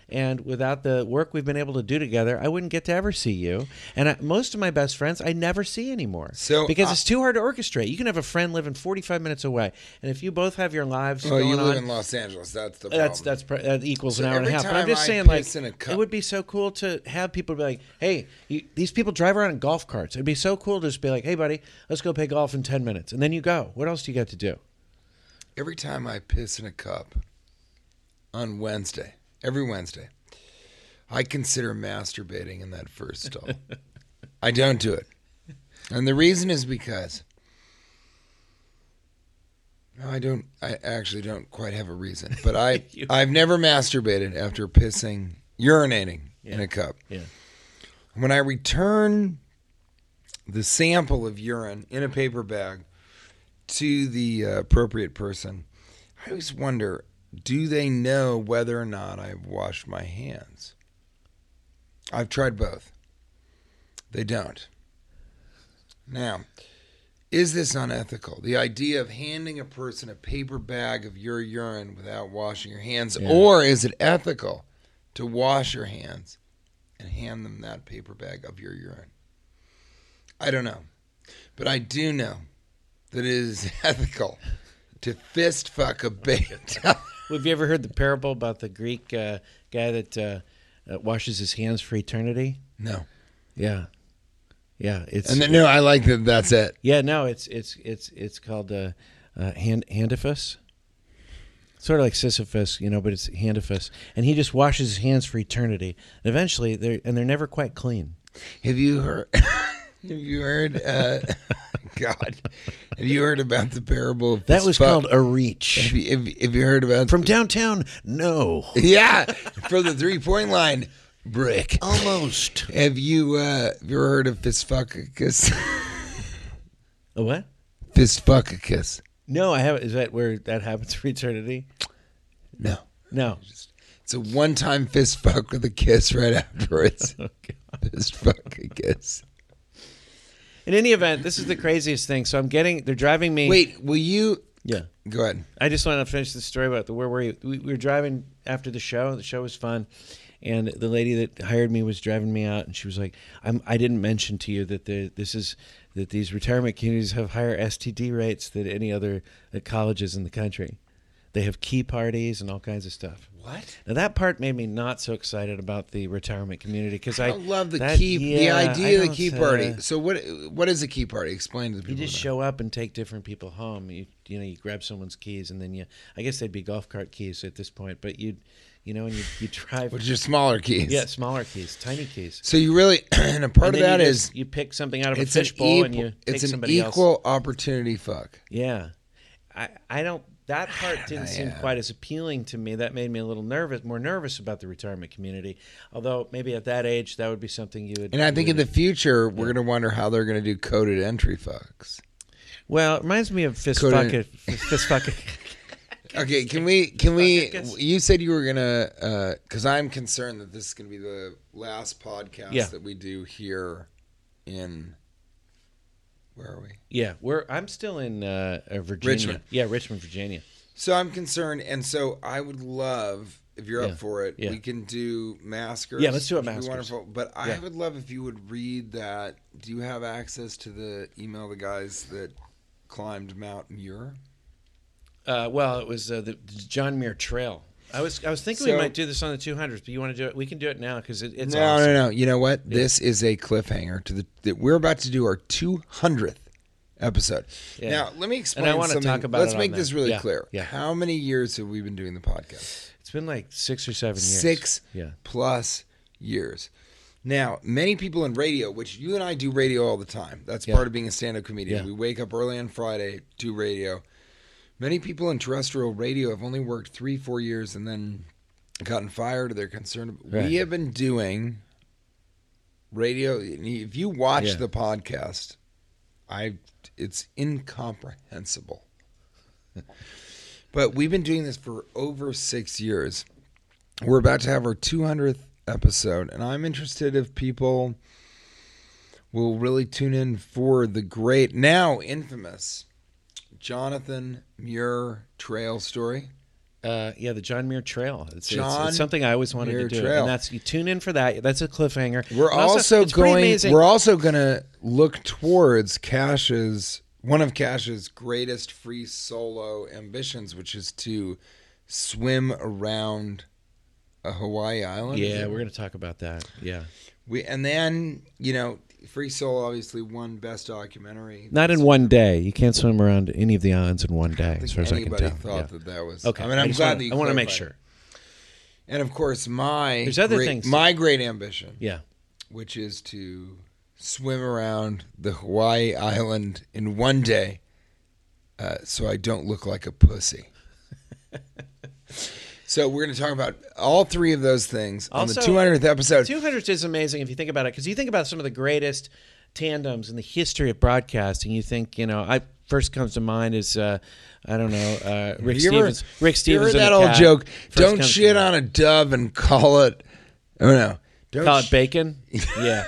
S2: and without the work we've been able to do together, I wouldn't get to ever see you. And I, most of my best friends, I never see anymore.
S3: So,
S2: because
S3: uh,
S2: it's too hard to orchestrate. You can have a friend living 45 minutes away, and if you both have your lives
S3: Oh,
S2: going
S3: you live
S2: on,
S3: in Los Angeles. That's the problem.
S2: that's that's pr- that equals
S3: So
S2: an hour and a
S3: every
S2: half. But I'm
S3: time
S2: just
S3: I
S2: saying,
S3: piss
S2: like,
S3: in a
S2: it
S3: cup-
S2: would be so cool to have people be like, "Hey, you, these people drive around in golf carts." It'd be so cool to just be like, "Hey, buddy, let's go play golf in 10 minutes," and then you go. What else do you got to do?
S3: every time I piss in a cup on Wednesday, every Wednesday, I consider masturbating in that first stall. I don't do it. And the reason is because no, I don't I actually don't quite have a reason. But I
S2: You-
S3: I've never masturbated after pissing urinating in
S2: Yeah.
S3: a cup.
S2: Yeah.
S3: When I return the sample of urine in a paper bag to the uh, appropriate person, I always wonder do they know whether or not I've washed my hands? I've tried both. They don't. Now, is this unethical? The idea of handing a person a paper bag of your urine without washing your hands,
S2: Yeah.
S3: or is it ethical to wash your hands and hand them that paper bag of your urine? I don't know. But I do know that it is ethical to fist fuck a bait.
S2: Well, Have you ever heard the parable about the Greek uh, guy that uh, uh, washes his hands for eternity?
S3: no.
S2: Yeah, yeah. It's
S3: And then, no, I like that that's it.
S2: yeah. No, it's it's it's it's called uh, uh, hand handifus. Sort of like Sisyphus, you know, but it's handifus, and he just washes his hands for eternity. And eventually, they're and they're never quite clean.
S3: Have you heard? have you heard? Uh, God, have you heard about the parable? Of
S2: That
S3: fist
S2: was
S3: fuck?
S2: called a
S3: Have
S2: reach
S3: you, have, have you heard about
S2: from downtown. No,
S3: Yeah, from the three point line, brick.
S2: almost.
S3: Have you uh, have you ever heard of fist fuck a kiss?
S2: A what?
S3: Fist fuck a kiss?
S2: No, I haven't. Is that where that happens for eternity?
S3: No,
S2: No.
S3: it's a one time fist fuck with a kiss right afterwards. fist fuck a kiss.
S2: In any event, this is the craziest thing. So I'm getting they're driving me.
S3: Wait, will you?
S2: Yeah.
S3: Go ahead.
S2: I just want to finish the story about the where were you? We, we were driving after the show. The show was fun, and the lady that hired me was driving me out, and she was like, I'm, "I didn't mention to you that the, this is that these retirement communities have higher STD rates than any other uh, colleges in the country. They have key parties and all kinds of stuff."
S3: What?
S2: Now that part made me not so excited about the retirement community because I,
S3: I love the
S2: that-
S3: key.
S2: yeah,
S3: the
S2: I
S3: idea of the
S2: don't,
S3: key
S2: uh,
S3: party. So what? What is a key party? Explain to the
S2: You
S3: people.
S2: just
S3: that.
S2: show up and take different people home. You you know you grab someone's keys and then you I guess they'd be golf cart keys at this point, but you you know and you you drive
S3: Which are smaller keys.
S2: yeah smaller keys, tiny keys.
S3: So you really, and a part
S2: And
S3: of
S2: then
S3: that
S2: you
S3: is
S2: just- you pick something out of a
S3: it's an
S2: fishbowl
S3: equal-
S2: and you
S3: it's
S2: take
S3: an
S2: somebody
S3: equal
S2: else.
S3: opportunity fuck.
S2: Yeah, I I don't that part didn't seem
S3: yeah.
S2: quite as appealing to me. That made me a little nervous, more nervous about the retirement community. Although maybe at that age that would be something you would.
S3: And I
S2: you
S3: think in
S2: would-
S3: the future we're gonna wonder how they're gonna do coded entry fucks.
S2: well, it reminds me of fist
S3: Couldn't-
S2: fucking fist fucking.
S3: Okay, can we can we?
S2: Fuck, I guess-
S3: You said you were gonna because I'm concerned that this is gonna be the last podcast
S2: Yeah.
S3: that we do here in where are we?
S2: Yeah, we're I'm still in uh, uh, Virginia.
S3: Richmond.
S2: Yeah, Richmond, Virginia.
S3: So I'm concerned, and so I would love if you're
S2: Yeah.
S3: up for it.
S2: Yeah.
S3: We can do maskers.
S2: Yeah, let's do a
S3: which would be
S2: Maskers.
S3: Wonderful, but I
S2: Yeah.
S3: would love if you would read that. Do you have access to the email of the guys that climbed Mount Muir?
S2: Uh, well, it was uh, the the John Muir Trail. I was I was thinking
S3: So-
S2: we might do this on the 200s, but you want to do it? We can do it now because it, it's
S3: no,
S2: awesome.
S3: no, no. You know what? This is a cliffhanger to the that we're about to do our 200th episode.
S2: Yeah.
S3: Now, let me explain.
S2: I wanna
S3: something.
S2: talk about
S3: Let's
S2: it on
S3: make
S2: that.
S3: this really
S2: Yeah,
S3: clear.
S2: yeah.
S3: How many years have we been doing the podcast?
S2: It's been like six or seven years.
S3: six
S2: Yeah.
S3: plus years. Now, many people in radio, which you and I do radio all the time. That's
S2: Yeah.
S3: part of being a stand-up comedian.
S2: Yeah.
S3: We wake up early on Friday, do radio. Many people in terrestrial radio have only worked three, four years, and then gotten fired or they're concerned.
S2: Right.
S3: We have been doing radio. If you watch
S2: Yeah.
S3: the podcast, I it's incomprehensible But we've been doing this for over six years. We're about to have our 200th episode, and I'm interested if people will really tune in for the great, now infamous, Jonathan Muir trail story.
S2: Uh, yeah, the John Muir Trail. It's- It's,
S3: John
S2: it's something I always wanted
S3: Muir
S2: to do,
S3: Trail.
S2: and that's you tune in for that. That's a cliffhanger.
S3: We're
S2: And
S3: also,
S2: it's pretty
S3: going.
S2: amazing-
S3: We're also going to look towards Cash's one of Cash's greatest free solo ambitions, which is to swim around a Hawaii island. Is
S2: yeah,
S3: it?
S2: we're going to talk about that. Yeah,
S3: we and then you know, Free Solo obviously won Best Documentary.
S2: not in one day. You can't swim around any of the islands in one day,
S3: I
S2: as
S3: think
S2: far as I can
S3: anybody
S2: tell.
S3: thought
S2: Yeah.
S3: that that was
S2: Okay,
S3: I mean, I'm
S2: just
S3: glad
S2: wanna-
S3: that you
S2: I want to make
S3: clarified.
S2: sure.
S3: And of course, my
S2: There's other
S3: great-
S2: things.
S3: My great ambition,
S2: Yeah,
S3: which is to swim around the Hawaii island in one day, uh, so I don't look like a pussy. so we're going to talk about all three of those things
S2: Also- uh,
S3: on the 200th episode.
S2: two hundred is amazing if you think about it, because you think about some of the greatest tandems in the history of broadcasting. You think, you know, I first comes to mind is uh, I don't know uh, Rick
S3: You ever-
S2: Stevens. Rick
S3: you ever
S2: Stevens.
S3: heard
S2: and
S3: that
S2: the
S3: old
S2: cat
S3: joke.
S2: first
S3: Don't
S2: comes to
S3: shit
S2: mind.
S3: on a dove and call it. Oh no! Don't
S2: Call it
S3: sh-
S2: bacon. Yeah,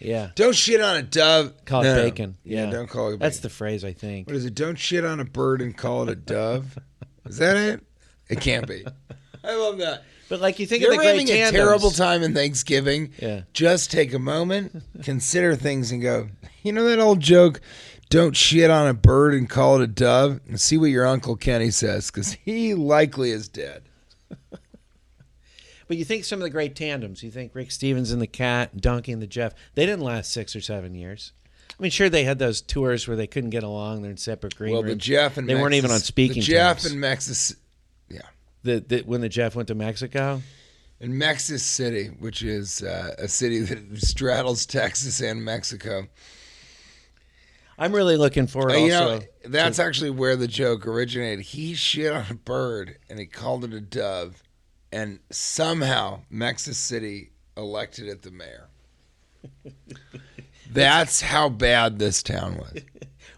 S2: yeah.
S3: Don't shit on a dove.
S2: Call it
S3: No.
S2: bacon. Yeah.
S3: don't call it. Bacon.
S2: That's the phrase I think.
S3: What is it? Don't shit on a bird and call it a dove. Is that it? It can't be. I love that.
S2: But like you think
S3: You're
S2: of the great
S3: having
S2: tandems.
S3: a terrible time in Thanksgiving.
S2: Yeah.
S3: Just take a moment, consider things, and go. You know that old joke? Don't shit on a bird and call it a dove, and see what your uncle Kenny says, because he likely is dead.
S2: But you think some of the great tandems. You think Rick Stevens and the Cat, Donkey and the Jeff. They didn't last six or seven years. I mean, sure they had those tours where they couldn't get along. They're in separate green
S3: Well, the
S2: rooms.
S3: Jeff and
S2: they weren't
S3: Max's-
S2: even on speaking
S3: The Jeff
S2: terms.
S3: and Maxis, yeah,
S2: the, the, when the Jeff went to Mexico.
S3: in Mexis City, which is uh, a city that straddles Texas and Mexico.
S2: I'm really looking forward.
S3: Uh,
S2: also,
S3: you know, that's actually where the joke originated. He shit on a bird and he called it a dove, and somehow Mexis City elected it the mayor. That's how bad this town was.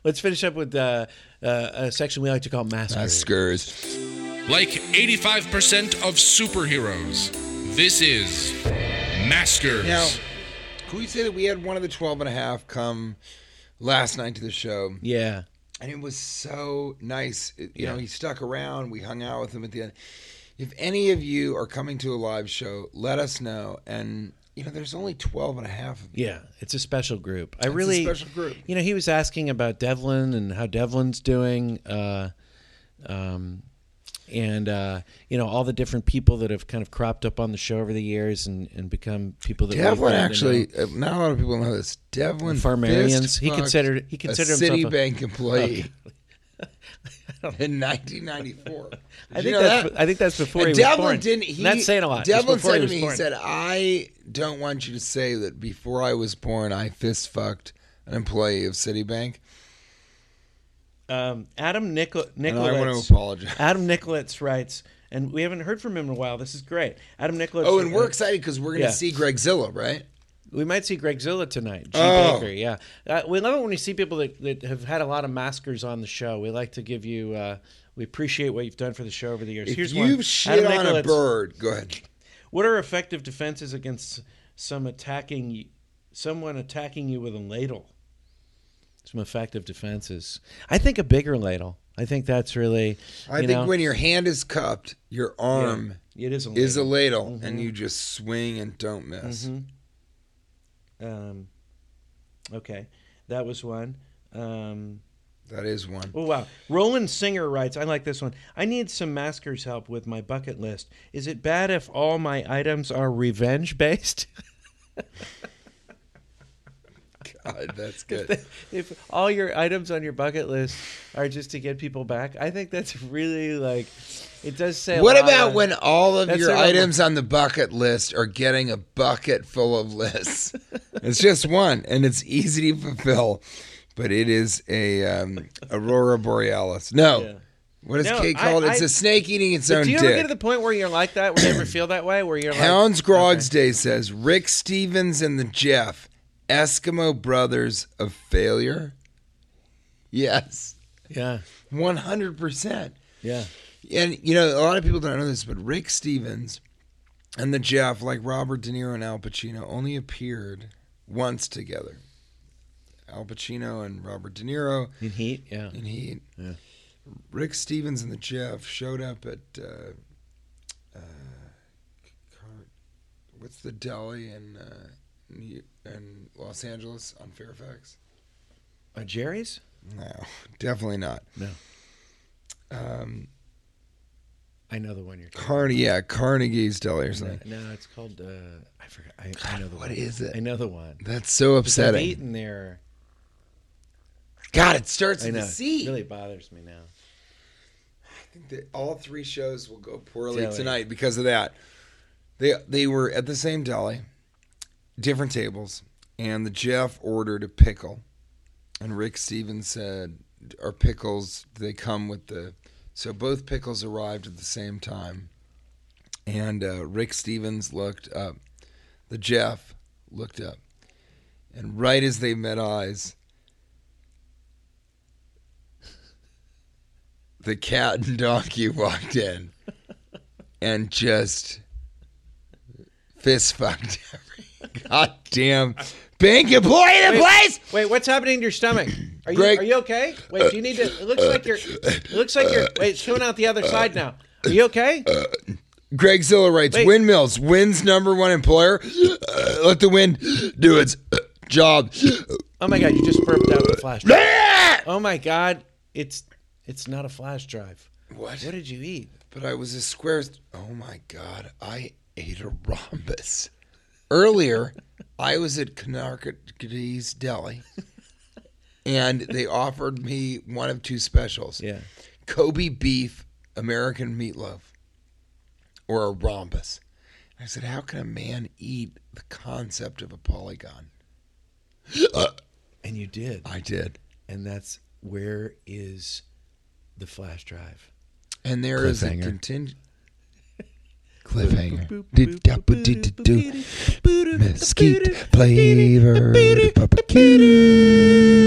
S2: let's finish up with uh, uh, a section we like to call massacre.
S3: Uh, Scurs.
S1: Like 85% of superheroes, this is Maskers.
S3: Now, can we say that we had one of the 12 and a half come last night to the show?
S2: Yeah,
S3: and it was so nice. It- you
S2: Yeah.
S3: know, he stuck around. We hung out with him at the end. If any of you are coming to a live show, let us know. And you know, there's only 12 and a half of you.
S2: yeah, it's a special group. I really
S3: special group.
S2: You know, he was asking about Devlin and how Devlin's doing, uh, um, and uh, you know all the different people that have kind of cropped up on the show over the years and, and become people that we've
S3: Devlin
S2: gotten to
S3: actually,
S2: know.
S3: uh, not a lot of people know this. Devlin
S2: Farmarians. He
S3: fist-fucked
S2: considered- he considered
S3: a
S2: himself a-
S3: Citibank employee in 1994. Did
S2: I
S3: you
S2: think
S3: know
S2: that's
S3: that?
S2: I think that's before
S3: And
S2: he was
S3: Devlin
S2: born.
S3: didn't. He,
S2: That's saying a lot. It's
S3: Devlin
S2: before he
S3: said to
S2: was
S3: me,
S2: born.
S3: he said, uh, "I don't want you to say that before I was born, I fist fucked an employee of Citibank,
S2: um, Adam Nicol-
S3: and I want to
S2: Nicolets.
S3: apologize."
S2: Adam Nicolets writes, and we haven't heard from him in a while. This is great. Adam Nicolets.
S3: Oh, and we're excited because we're going to
S2: Yeah.
S3: see Greg Zilla, right?
S2: We might see Greg Zilla tonight. G
S3: Oh.
S2: Baker, yeah. Uh, we love it when we see people that, that have had a lot of maskers on the show. We like to give you. Uh, we appreciate what you've done for the show over the years.
S3: If
S2: Here's
S3: you've
S2: one.
S3: shit
S2: Adam
S3: on a
S2: Nicolets,
S3: bird, go ahead.
S2: What are effective defenses against some attacking y- someone attacking you with a ladle? Some effective defenses. I think a bigger ladle. I think that's really.
S3: I
S2: you
S3: think
S2: know,
S3: when your hand is cupped, your arm
S2: it is a
S3: is a
S2: ladle.
S3: ladle,
S2: Mm-hmm.
S3: and you just swing and don't miss.
S2: um, okay, that was one. Um,
S3: That is one.
S2: Oh wow. Roland Singer writes, I like this one. I need some masker's help with my bucket list. Is it bad if all my items are revenge based?
S3: God, that's good.
S2: if all your items on your bucket list are just to get people back, I think that's really like it does say a
S3: What
S2: lot
S3: about
S2: of-
S3: when all of
S2: That's
S3: your
S2: a real-
S3: items on the bucket list are getting a bucket full of lists? it's just one, and it's easy to fulfill, but it is a um, aurora borealis. No,
S2: Yeah.
S3: what does
S2: No,
S3: Kate
S2: I-
S3: call it?
S2: I-
S3: It's a snake eating its
S2: But
S3: own
S2: do you ever get
S3: dick.
S2: to the point where you're like that, where you ever feel that way, where you're like
S3: Hounds Grog's Day says Rick Stevens and the Jeff, Eskimo brothers of failure. Yes,
S2: Yeah.
S3: One hundred percent.
S2: Yeah.
S3: And you know, a lot of people don't know this, but Rick Stevens and the Jeff, like Robert De Niro and Al Pacino, only appeared once together. Al Pacino and Robert De Niro
S2: In heat. Yeah.
S3: in Heat.
S2: Yeah.
S3: Rick Stevens and the Jeff showed up at uh, uh, Car- what's the deli in uh, in in Los Angeles on Fairfax?
S2: Uh, Jerry's.
S3: No, definitely not.
S2: No.
S3: Um,
S2: I know the one you're. talking
S3: Carnegie, yeah, Carnegie's deli or
S2: about.
S3: something.
S2: No, no, it's called. Uh, I forgot. I, I know the
S3: what
S2: one.
S3: is it?
S2: I know the one.
S3: That's so
S2: I've
S3: upsetting.
S2: eaten there.
S3: God, it starts
S2: I
S3: in
S2: know.
S3: the C.
S2: It really bothers me now.
S3: that all three shows will go poorly
S2: Deli.
S3: tonight because of that. They they were at the same deli, different tables, and the Jeff ordered a pickle, and Rick Stevens said, "Are pickles? do They come with the." So both pickles arrived at the same time, and uh, Rick Stevens looked up. The Jeff looked up, and right as they met eyes, the cat and donkey walked in and just fist fucked every goddamn bank employee in the place.
S2: Wait, what's happening to your stomach? Are you
S3: Greg-
S2: are you okay? Wait, do you need to? It looks like you're. It looks like you're. Wait, it's coming out the other side now. Are you okay?
S3: Greg Zilla writes
S2: Wait.
S3: Windmills, wind's number one employer. Uh, let the wind do its uh, job.
S2: Oh my god, you just burped out the flash drive.
S3: Ah!
S2: Oh my god, it's it's not a flash drive.
S3: what?
S2: What did you eat?
S3: But I was a square. Oh my God, I ate a rhombus. Earlier, I was at Canarcades Deli, and they offered me one of two specials:
S2: Yeah.
S3: Kobe beef, American meatloaf, or a rhombus. I said, "How can a man eat the concept of a polygon?"
S2: And you did.
S3: I did,
S2: And that's where is the flash drive?
S3: and there is a
S2: Cliffhanger.
S3: contingent. Cliffhanger. Did Mesquite flavor barbecue.